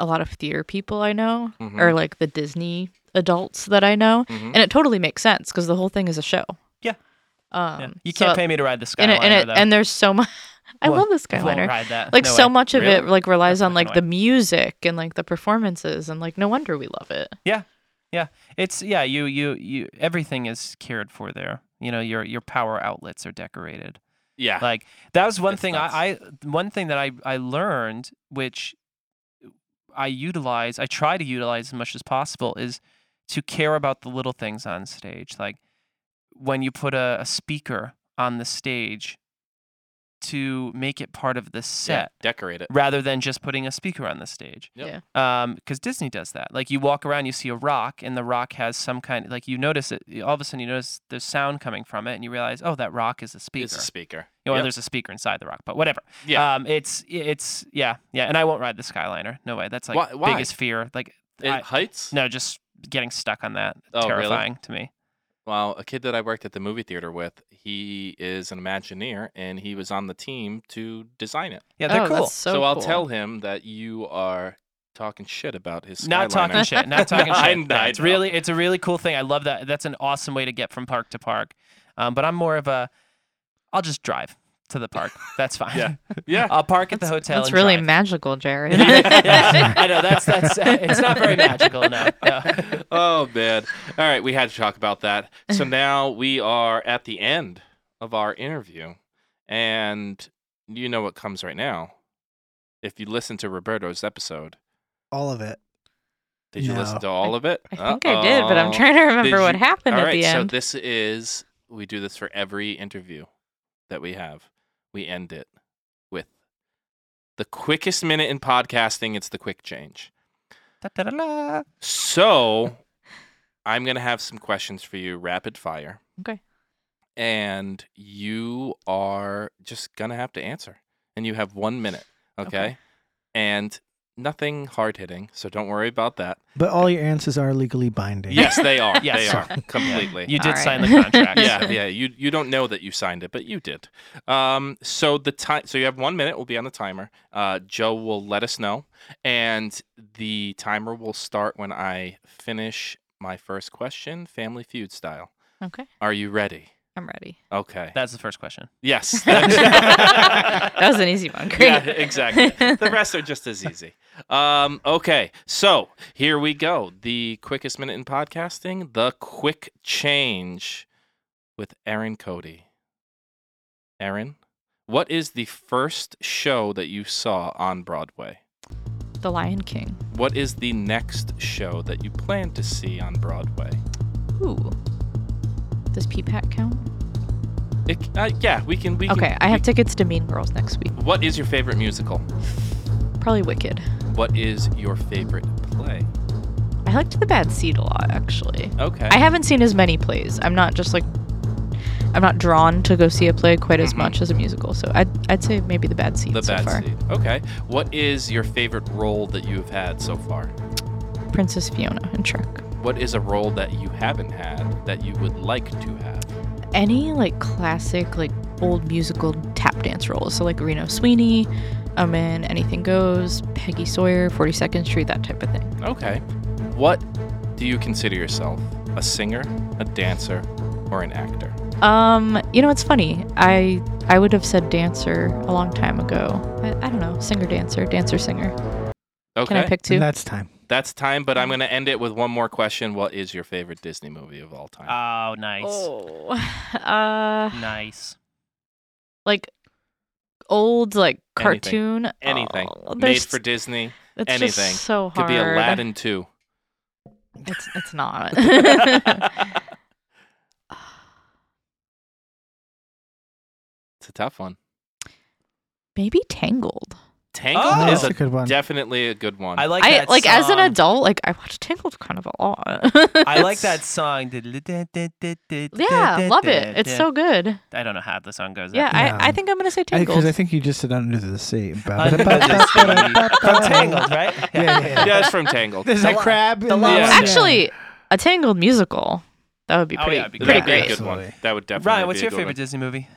Speaker 4: a lot of theater people I know
Speaker 3: Mm-hmm.
Speaker 1: Mhm.
Speaker 4: or like the Disney adults that I know,
Speaker 1: Mhm.
Speaker 4: and it totally makes sense because the whole thing is a show.
Speaker 3: Yeah.
Speaker 4: Um,
Speaker 3: Yeah. You
Speaker 4: so-
Speaker 3: can't pay me to ride the
Speaker 4: and
Speaker 3: Skyliner
Speaker 4: it, and, it,
Speaker 3: though.
Speaker 4: and there's so much. [LAUGHS] I
Speaker 3: Well,
Speaker 4: love the
Speaker 3: You won't
Speaker 4: Skyliner
Speaker 3: ride that.
Speaker 4: like
Speaker 3: No
Speaker 4: so
Speaker 3: way.
Speaker 4: much of it
Speaker 1: Really?
Speaker 4: like relies
Speaker 3: That's
Speaker 4: on like
Speaker 3: fucking
Speaker 4: the music and like the performances and like no wonder we love it
Speaker 3: It's yeah, you you you everything is cared for there. You know, your your power outlets are decorated.
Speaker 1: [LAUGHS] Yeah,
Speaker 3: Like that was one
Speaker 1: It's
Speaker 3: thing I, I one thing that I I learned which I utilize, I try to utilize as much as possible is to care about the little things on stage. Like when you put a, a speaker on the stage to make it part of the
Speaker 1: yeah.
Speaker 3: set
Speaker 1: Decorate it.
Speaker 3: rather than just putting a speaker on the stage
Speaker 1: Yep.
Speaker 4: yeah
Speaker 3: um because disney does that like you walk around you see a rock and the rock has some kind like you notice it all of a sudden you notice there's sound coming from it and you realize oh that rock is a speaker
Speaker 1: It's a speaker.
Speaker 3: You know,
Speaker 1: Yep.
Speaker 3: there's a speaker inside the rock but whatever
Speaker 1: Yeah.
Speaker 3: um it's it's yeah yeah and i won't ride the skyliner no way that's like
Speaker 1: Why- why?
Speaker 3: biggest fear like
Speaker 1: It-
Speaker 3: I-
Speaker 1: heights?
Speaker 3: no just getting stuck on that
Speaker 1: Oh, really?
Speaker 3: terrifying to me
Speaker 1: Well, a kid that I worked at the movie theater with, he is an Imagineer, and he was on the team to design it.
Speaker 3: yeah they're
Speaker 4: Oh,
Speaker 3: cool
Speaker 4: that's so,
Speaker 1: I'll
Speaker 4: cool.
Speaker 1: tell him that you are talking shit about his. Skyliner.
Speaker 3: not talking shit not talking
Speaker 1: I-
Speaker 3: shit
Speaker 1: I
Speaker 3: it's
Speaker 1: know.
Speaker 3: really it's a really cool thing i love that that's an awesome way to get from park to park um, but i'm more of a i'll just drive to the park that's fine
Speaker 1: Yeah. [LAUGHS]
Speaker 4: [LAUGHS]
Speaker 1: Yeah.
Speaker 3: [LAUGHS] I'll park at the hotel.
Speaker 4: that's
Speaker 3: and
Speaker 4: really
Speaker 3: drive.
Speaker 4: magical jared
Speaker 3: [LAUGHS]
Speaker 4: [LAUGHS]
Speaker 3: Yeah, I know that's that's uh, it's not very magical.
Speaker 1: [LAUGHS]
Speaker 3: No, no.
Speaker 1: oh man! All right, we had to talk about that.
Speaker 4: [LAUGHS]
Speaker 1: So now we are at the end of our interview, and you know what comes right now. If you listen to Roberto's episode,
Speaker 2: all of it.
Speaker 1: did you listen
Speaker 2: No.
Speaker 1: to all of it?
Speaker 4: i think i did but i'm trying to remember
Speaker 1: Did
Speaker 4: what
Speaker 1: you-
Speaker 4: happened
Speaker 1: All
Speaker 4: at
Speaker 1: right,
Speaker 4: the
Speaker 1: so
Speaker 4: end
Speaker 1: this is we do this for every interview that we have. We end it with the quickest minute in podcasting. It's the quick change.
Speaker 3: Da-da-da-da.
Speaker 4: [LAUGHS]
Speaker 1: So I'm gonna have some questions for you, rapid fire.
Speaker 4: Okay.
Speaker 1: And you are just gonna have to answer, and you have one minute. Okay.
Speaker 4: Okay.
Speaker 1: And nothing hard hitting, so don't worry about that.
Speaker 2: But all your answers are legally binding.
Speaker 1: Yes, they are.
Speaker 3: Yes.
Speaker 4: [LAUGHS]
Speaker 1: They are completely.
Speaker 3: You did
Speaker 4: All right.
Speaker 3: sign the
Speaker 1: [LAUGHS]
Speaker 3: contract. [LAUGHS]
Speaker 1: yeah, yeah. You you don't know that you signed it, but you did. Um, so the time, so you have one minute. Will be on the timer. Uh, Joe will let us know, and the timer will start when I finish my first question, Family Feud style.
Speaker 4: okay
Speaker 1: Are you ready?
Speaker 3: [LAUGHS]
Speaker 4: i'm ready [LAUGHS]
Speaker 1: Okay.
Speaker 3: That's the first question.
Speaker 1: yes. [LAUGHS]
Speaker 4: that was an easy one Great. [LAUGHS]
Speaker 1: yeah, exactly. The rest are just as easy. Um, okay, so here we go. The quickest minute in podcasting, the quick change with Aaron Cody. Aaron, What is the first show that you saw on Broadway?
Speaker 4: The Lion King.
Speaker 1: What is the next show that you plan to see on Broadway?
Speaker 4: Ooh. Does P-Pat count?
Speaker 1: It, uh, yeah, we can. We can-
Speaker 4: Okay, I have
Speaker 1: we-
Speaker 4: tickets to Mean Girls next week.
Speaker 1: What is your favorite musical?
Speaker 4: Probably Wicked.
Speaker 1: What is your favorite play?
Speaker 4: I liked The Bad Seed a lot, actually.
Speaker 1: Okay.
Speaker 4: I haven't seen as many plays. I'm not just like I'm not drawn to go see a play quite as
Speaker 1: Mhm.
Speaker 4: much as a musical. So I'd, I'd say maybe the bad seed
Speaker 1: the
Speaker 4: so
Speaker 1: bad
Speaker 4: far.
Speaker 1: seed. Okay. What is your favorite role that you have had so far?
Speaker 4: Princess Fiona and Shrek.
Speaker 1: What is a role that you haven't had that you would like to have?
Speaker 4: Any like classic like old musical tap dance roles. So like Reno Sweeney, I'm in Anything Goes, Peggy Sawyer, 42nd Street, that type of thing.
Speaker 1: Okay. What do you consider yourself? A singer, a dancer, or an actor?
Speaker 4: Um, you know it's funny. I I would have said dancer a long time ago. I, I don't know, singer dancer, dancer singer.
Speaker 1: Okay.
Speaker 4: Can I pick two?
Speaker 2: And that's time.
Speaker 1: That's time, but I'm going to end it with one more question. What is your favorite Disney movie of all time?
Speaker 3: Oh, nice,
Speaker 4: Oh, [LAUGHS] uh,
Speaker 3: nice.
Speaker 4: like old like
Speaker 1: Anything.
Speaker 4: cartoon
Speaker 1: anything.
Speaker 4: Oh,
Speaker 1: Made
Speaker 4: there's-
Speaker 1: for Disney.
Speaker 4: it's just
Speaker 1: anything.
Speaker 4: so
Speaker 1: Could
Speaker 4: hard.
Speaker 1: be Aladdin too.
Speaker 4: It's
Speaker 1: [LAUGHS]
Speaker 4: it's not. [LAUGHS]
Speaker 1: it's a tough one.
Speaker 4: Maybe Tangled.
Speaker 1: Tangled
Speaker 3: Oh.
Speaker 1: is
Speaker 2: That's
Speaker 1: a
Speaker 2: a good one.
Speaker 1: Definitely a good one.
Speaker 3: I like
Speaker 4: I
Speaker 3: that
Speaker 4: like as an
Speaker 3: song.
Speaker 4: adult, like I watch Tangled kind of a
Speaker 1: [LAUGHS]
Speaker 4: lot.
Speaker 3: I like
Speaker 1: It's-
Speaker 3: that song. [LAUGHS] Yeah,
Speaker 4: [LAUGHS] yeah, love it. It's so good.
Speaker 3: I don't know how the song goes. [LAUGHS]
Speaker 4: Yeah,
Speaker 3: after
Speaker 2: Yeah.
Speaker 4: I, I think I'm gonna say
Speaker 2: Because
Speaker 4: Tangled.
Speaker 2: I, think you just said under the sea. [LAUGHS]
Speaker 3: that. Under the sea. From Tangled, right?
Speaker 2: Yeah, yeah,
Speaker 1: yeah, it's from Tangled.
Speaker 2: [LAUGHS] There's
Speaker 3: The
Speaker 2: a
Speaker 3: lo-
Speaker 2: crab.
Speaker 3: the
Speaker 2: in
Speaker 3: lo-
Speaker 1: Yeah.
Speaker 4: Actually, a Tangled musical that would be
Speaker 3: Oh, yeah,
Speaker 4: pretty
Speaker 3: it'd be
Speaker 4: pretty
Speaker 1: That'd be
Speaker 4: great.
Speaker 1: a good one.
Speaker 2: Absolutely.
Speaker 1: That would definitely.
Speaker 3: Ryan,
Speaker 1: be
Speaker 3: what's
Speaker 1: a
Speaker 3: your
Speaker 1: good
Speaker 3: favorite
Speaker 1: one.
Speaker 3: Disney movie?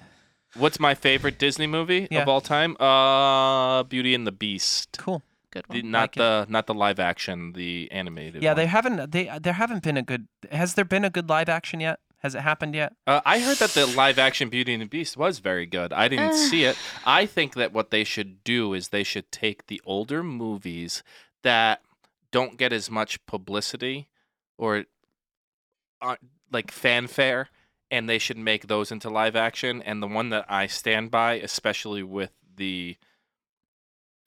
Speaker 1: What's my favorite Disney movie
Speaker 3: Yeah.
Speaker 1: of all time? Uh, Beauty and the Beast.
Speaker 3: Cool.
Speaker 4: Good
Speaker 1: The-
Speaker 4: one.
Speaker 1: not
Speaker 3: like it.
Speaker 1: the not the live action, the animated.
Speaker 3: Yeah,
Speaker 1: one.
Speaker 3: they haven't. They there haven't been a good. Has there been a good live action yet? Has it happened yet?
Speaker 1: Uh, I heard that the live action Beauty and the Beast was very good. I didn't
Speaker 4: Uh.
Speaker 1: see it. I think that what they should do is they should take the older movies that don't get as much publicity or uh, like fanfare, and they should make those into live action. And the one that I stand by, especially with the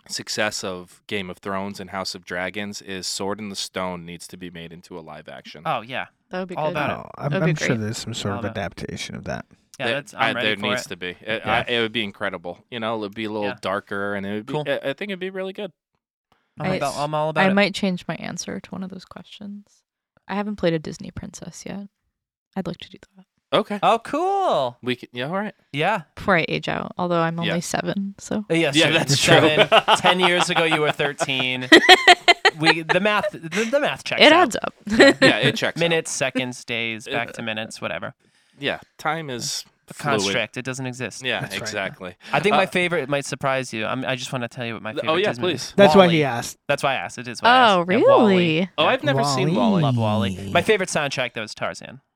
Speaker 1: success of Game of Thrones and House of Dragons, is Sword in the Stone needs to be made into a live action.
Speaker 3: Oh yeah,
Speaker 4: That would be
Speaker 3: All
Speaker 4: good.
Speaker 3: about it.
Speaker 2: No, Oh, I'm,
Speaker 4: That'd be
Speaker 2: I'm sure
Speaker 4: great.
Speaker 2: there's some sort of
Speaker 3: Love it.
Speaker 2: adaptation of that.
Speaker 3: yeah.
Speaker 1: There-
Speaker 3: That's, I'm
Speaker 1: I-
Speaker 3: ready
Speaker 1: there
Speaker 3: for
Speaker 1: needs
Speaker 3: it.
Speaker 1: to be. It,
Speaker 2: Yeah.
Speaker 1: I, it would be incredible. You know, it would be a little
Speaker 3: Yeah.
Speaker 1: darker, and it would be.
Speaker 3: Cool.
Speaker 1: I, I think it'd be really good.
Speaker 3: I'm,
Speaker 4: I-
Speaker 3: about, I'm all about
Speaker 4: I
Speaker 3: it.
Speaker 4: might change my answer to one of those questions. I haven't played a Disney princess yet. I'd like to do that
Speaker 1: Okay.
Speaker 3: Oh, cool.
Speaker 1: We can. Yeah. All right.
Speaker 3: Yeah.
Speaker 4: before I age out. Although I'm only
Speaker 1: Yeah.
Speaker 4: seven,
Speaker 1: [LAUGHS]
Speaker 4: so
Speaker 3: Yeah.
Speaker 1: Yeah,
Speaker 3: so
Speaker 1: that's
Speaker 3: seven,
Speaker 1: true.
Speaker 3: [LAUGHS]
Speaker 1: [LAUGHS]
Speaker 3: Ten years ago, you were [LAUGHS] 13. We the math the, the math checks.
Speaker 4: [LAUGHS] it
Speaker 3: out.
Speaker 4: adds up.
Speaker 1: Yeah. It checks. out.
Speaker 3: minutes, seconds, [LAUGHS] days, back to minutes, whatever.
Speaker 1: Yeah. Time is
Speaker 3: The
Speaker 1: fluid.
Speaker 3: construct it doesn't exist.
Speaker 1: Yeah.
Speaker 2: That's right.
Speaker 1: exactly.
Speaker 3: I think my
Speaker 1: Uh,
Speaker 3: favorite might surprise you. I'm, I just want to tell you what my
Speaker 1: Th-
Speaker 3: favorite.
Speaker 1: oh, yeah,
Speaker 3: Disney movie is.
Speaker 1: please.
Speaker 2: That's why
Speaker 3: Wall-E.
Speaker 2: he asked.
Speaker 3: That's why I asked. It is. What I
Speaker 4: oh,
Speaker 3: asked. Yeah, Wall-E.
Speaker 4: really?
Speaker 1: Oh, I've never seen
Speaker 2: Wall-E.
Speaker 1: Wally.
Speaker 3: Love Wally. My favorite soundtrack though is Tarzan.
Speaker 4: [LAUGHS]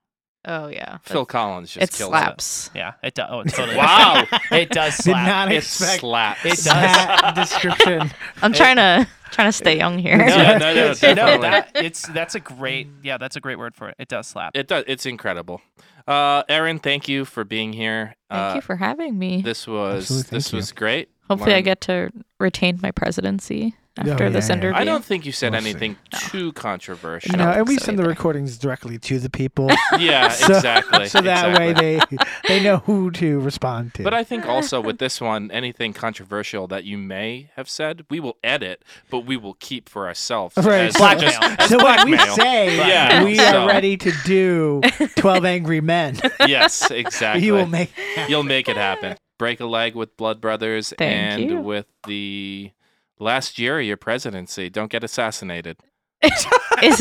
Speaker 4: Oh yeah.
Speaker 1: Phil Collins just
Speaker 4: it
Speaker 1: kills
Speaker 4: slaps.
Speaker 3: Yeah, it does. Oh, it totally.
Speaker 1: Wow.
Speaker 3: [LAUGHS] it does
Speaker 2: Did
Speaker 3: slap.
Speaker 2: not
Speaker 1: it
Speaker 2: expect
Speaker 1: slaps.
Speaker 3: It does.
Speaker 2: that description.
Speaker 4: I'm trying to trying to stay young here. [LAUGHS]
Speaker 1: Yeah, no, no,
Speaker 3: [LAUGHS] No,
Speaker 1: definitely.
Speaker 3: that, it's that's a great. Yeah, that's a great word for it. It does slap.
Speaker 1: [LAUGHS] It does. It's incredible. Uh, Aaron, thank you for being here.
Speaker 4: Thank
Speaker 1: uh,
Speaker 4: you for having me.
Speaker 1: This was
Speaker 2: Absolutely,
Speaker 1: this
Speaker 2: thank you.
Speaker 1: was great.
Speaker 4: Hopefully, I
Speaker 1: Learned-
Speaker 4: get to retain my presidency after
Speaker 2: yeah,
Speaker 4: this
Speaker 2: yeah.
Speaker 4: interview.
Speaker 1: I don't think you said
Speaker 2: We'll see.
Speaker 1: anything
Speaker 4: No.
Speaker 1: too controversial.
Speaker 4: I
Speaker 2: No,
Speaker 4: don't
Speaker 2: and
Speaker 4: think
Speaker 2: we
Speaker 4: so
Speaker 2: send the
Speaker 4: either.
Speaker 2: recordings directly to the people,
Speaker 1: Yeah,
Speaker 2: So-
Speaker 1: exactly.
Speaker 2: so that
Speaker 1: exactly.
Speaker 2: way they they know who to respond to.
Speaker 1: But I think also with this one, anything controversial that you may have said, we will edit, but we will keep for ourselves.
Speaker 2: [LAUGHS] Right.
Speaker 1: as-
Speaker 3: Blackmail.
Speaker 1: just- as
Speaker 2: so what we
Speaker 1: blackmail.
Speaker 2: say,
Speaker 1: Yeah,
Speaker 2: we
Speaker 1: so-
Speaker 2: are ready to do Twelve Angry Men.
Speaker 1: [LAUGHS] Yes, exactly.
Speaker 2: You will make. uh,
Speaker 1: You'll make it happen. Break a leg with Blood Brothers
Speaker 4: Thank
Speaker 1: and
Speaker 4: you.
Speaker 1: with the last year of your presidency. Don't get assassinated.
Speaker 4: [LAUGHS] is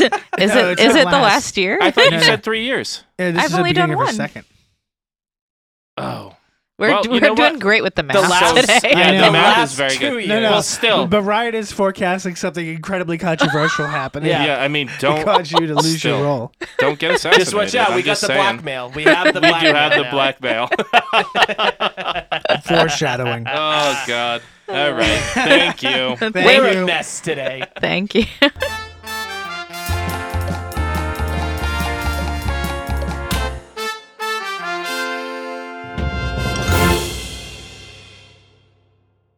Speaker 1: [LAUGHS]
Speaker 4: it is
Speaker 2: No,
Speaker 4: it
Speaker 2: it's
Speaker 4: is
Speaker 2: not
Speaker 4: it the
Speaker 2: last.
Speaker 4: last year?
Speaker 1: I thought
Speaker 2: No,
Speaker 1: you
Speaker 2: no.
Speaker 1: said three years.
Speaker 2: Yeah, this
Speaker 4: I've
Speaker 2: is the
Speaker 4: only done
Speaker 2: beginning of our
Speaker 4: one.
Speaker 2: Second.
Speaker 1: Oh.
Speaker 4: [LAUGHS] We're,
Speaker 1: Well,
Speaker 4: do-
Speaker 1: you
Speaker 4: we're
Speaker 1: know
Speaker 4: doing
Speaker 1: what?
Speaker 4: great with the math
Speaker 1: last- [LAUGHS]
Speaker 4: today.
Speaker 1: Yeah,
Speaker 2: I know.
Speaker 1: the math is very
Speaker 3: Last two
Speaker 1: good.
Speaker 3: No,
Speaker 2: no.
Speaker 1: Well, still.
Speaker 2: But Riot is forecasting something incredibly controversial happening.
Speaker 1: Yeah. I mean,
Speaker 2: Don't
Speaker 1: don't
Speaker 2: cause you to lose
Speaker 1: Still.
Speaker 2: your role.
Speaker 1: don't get assassinated.
Speaker 3: Just watch out.
Speaker 1: I'm
Speaker 3: we got
Speaker 1: just
Speaker 3: the
Speaker 1: saying.
Speaker 3: blackmail. We have
Speaker 1: [LAUGHS]
Speaker 3: the
Speaker 1: We do
Speaker 3: blackmail.
Speaker 1: have the
Speaker 3: now.
Speaker 1: blackmail.
Speaker 2: Foreshadowing.
Speaker 1: Oh God! All right, thank you.
Speaker 2: Thank
Speaker 3: We're
Speaker 2: you.
Speaker 3: a mess today.
Speaker 4: Thank you.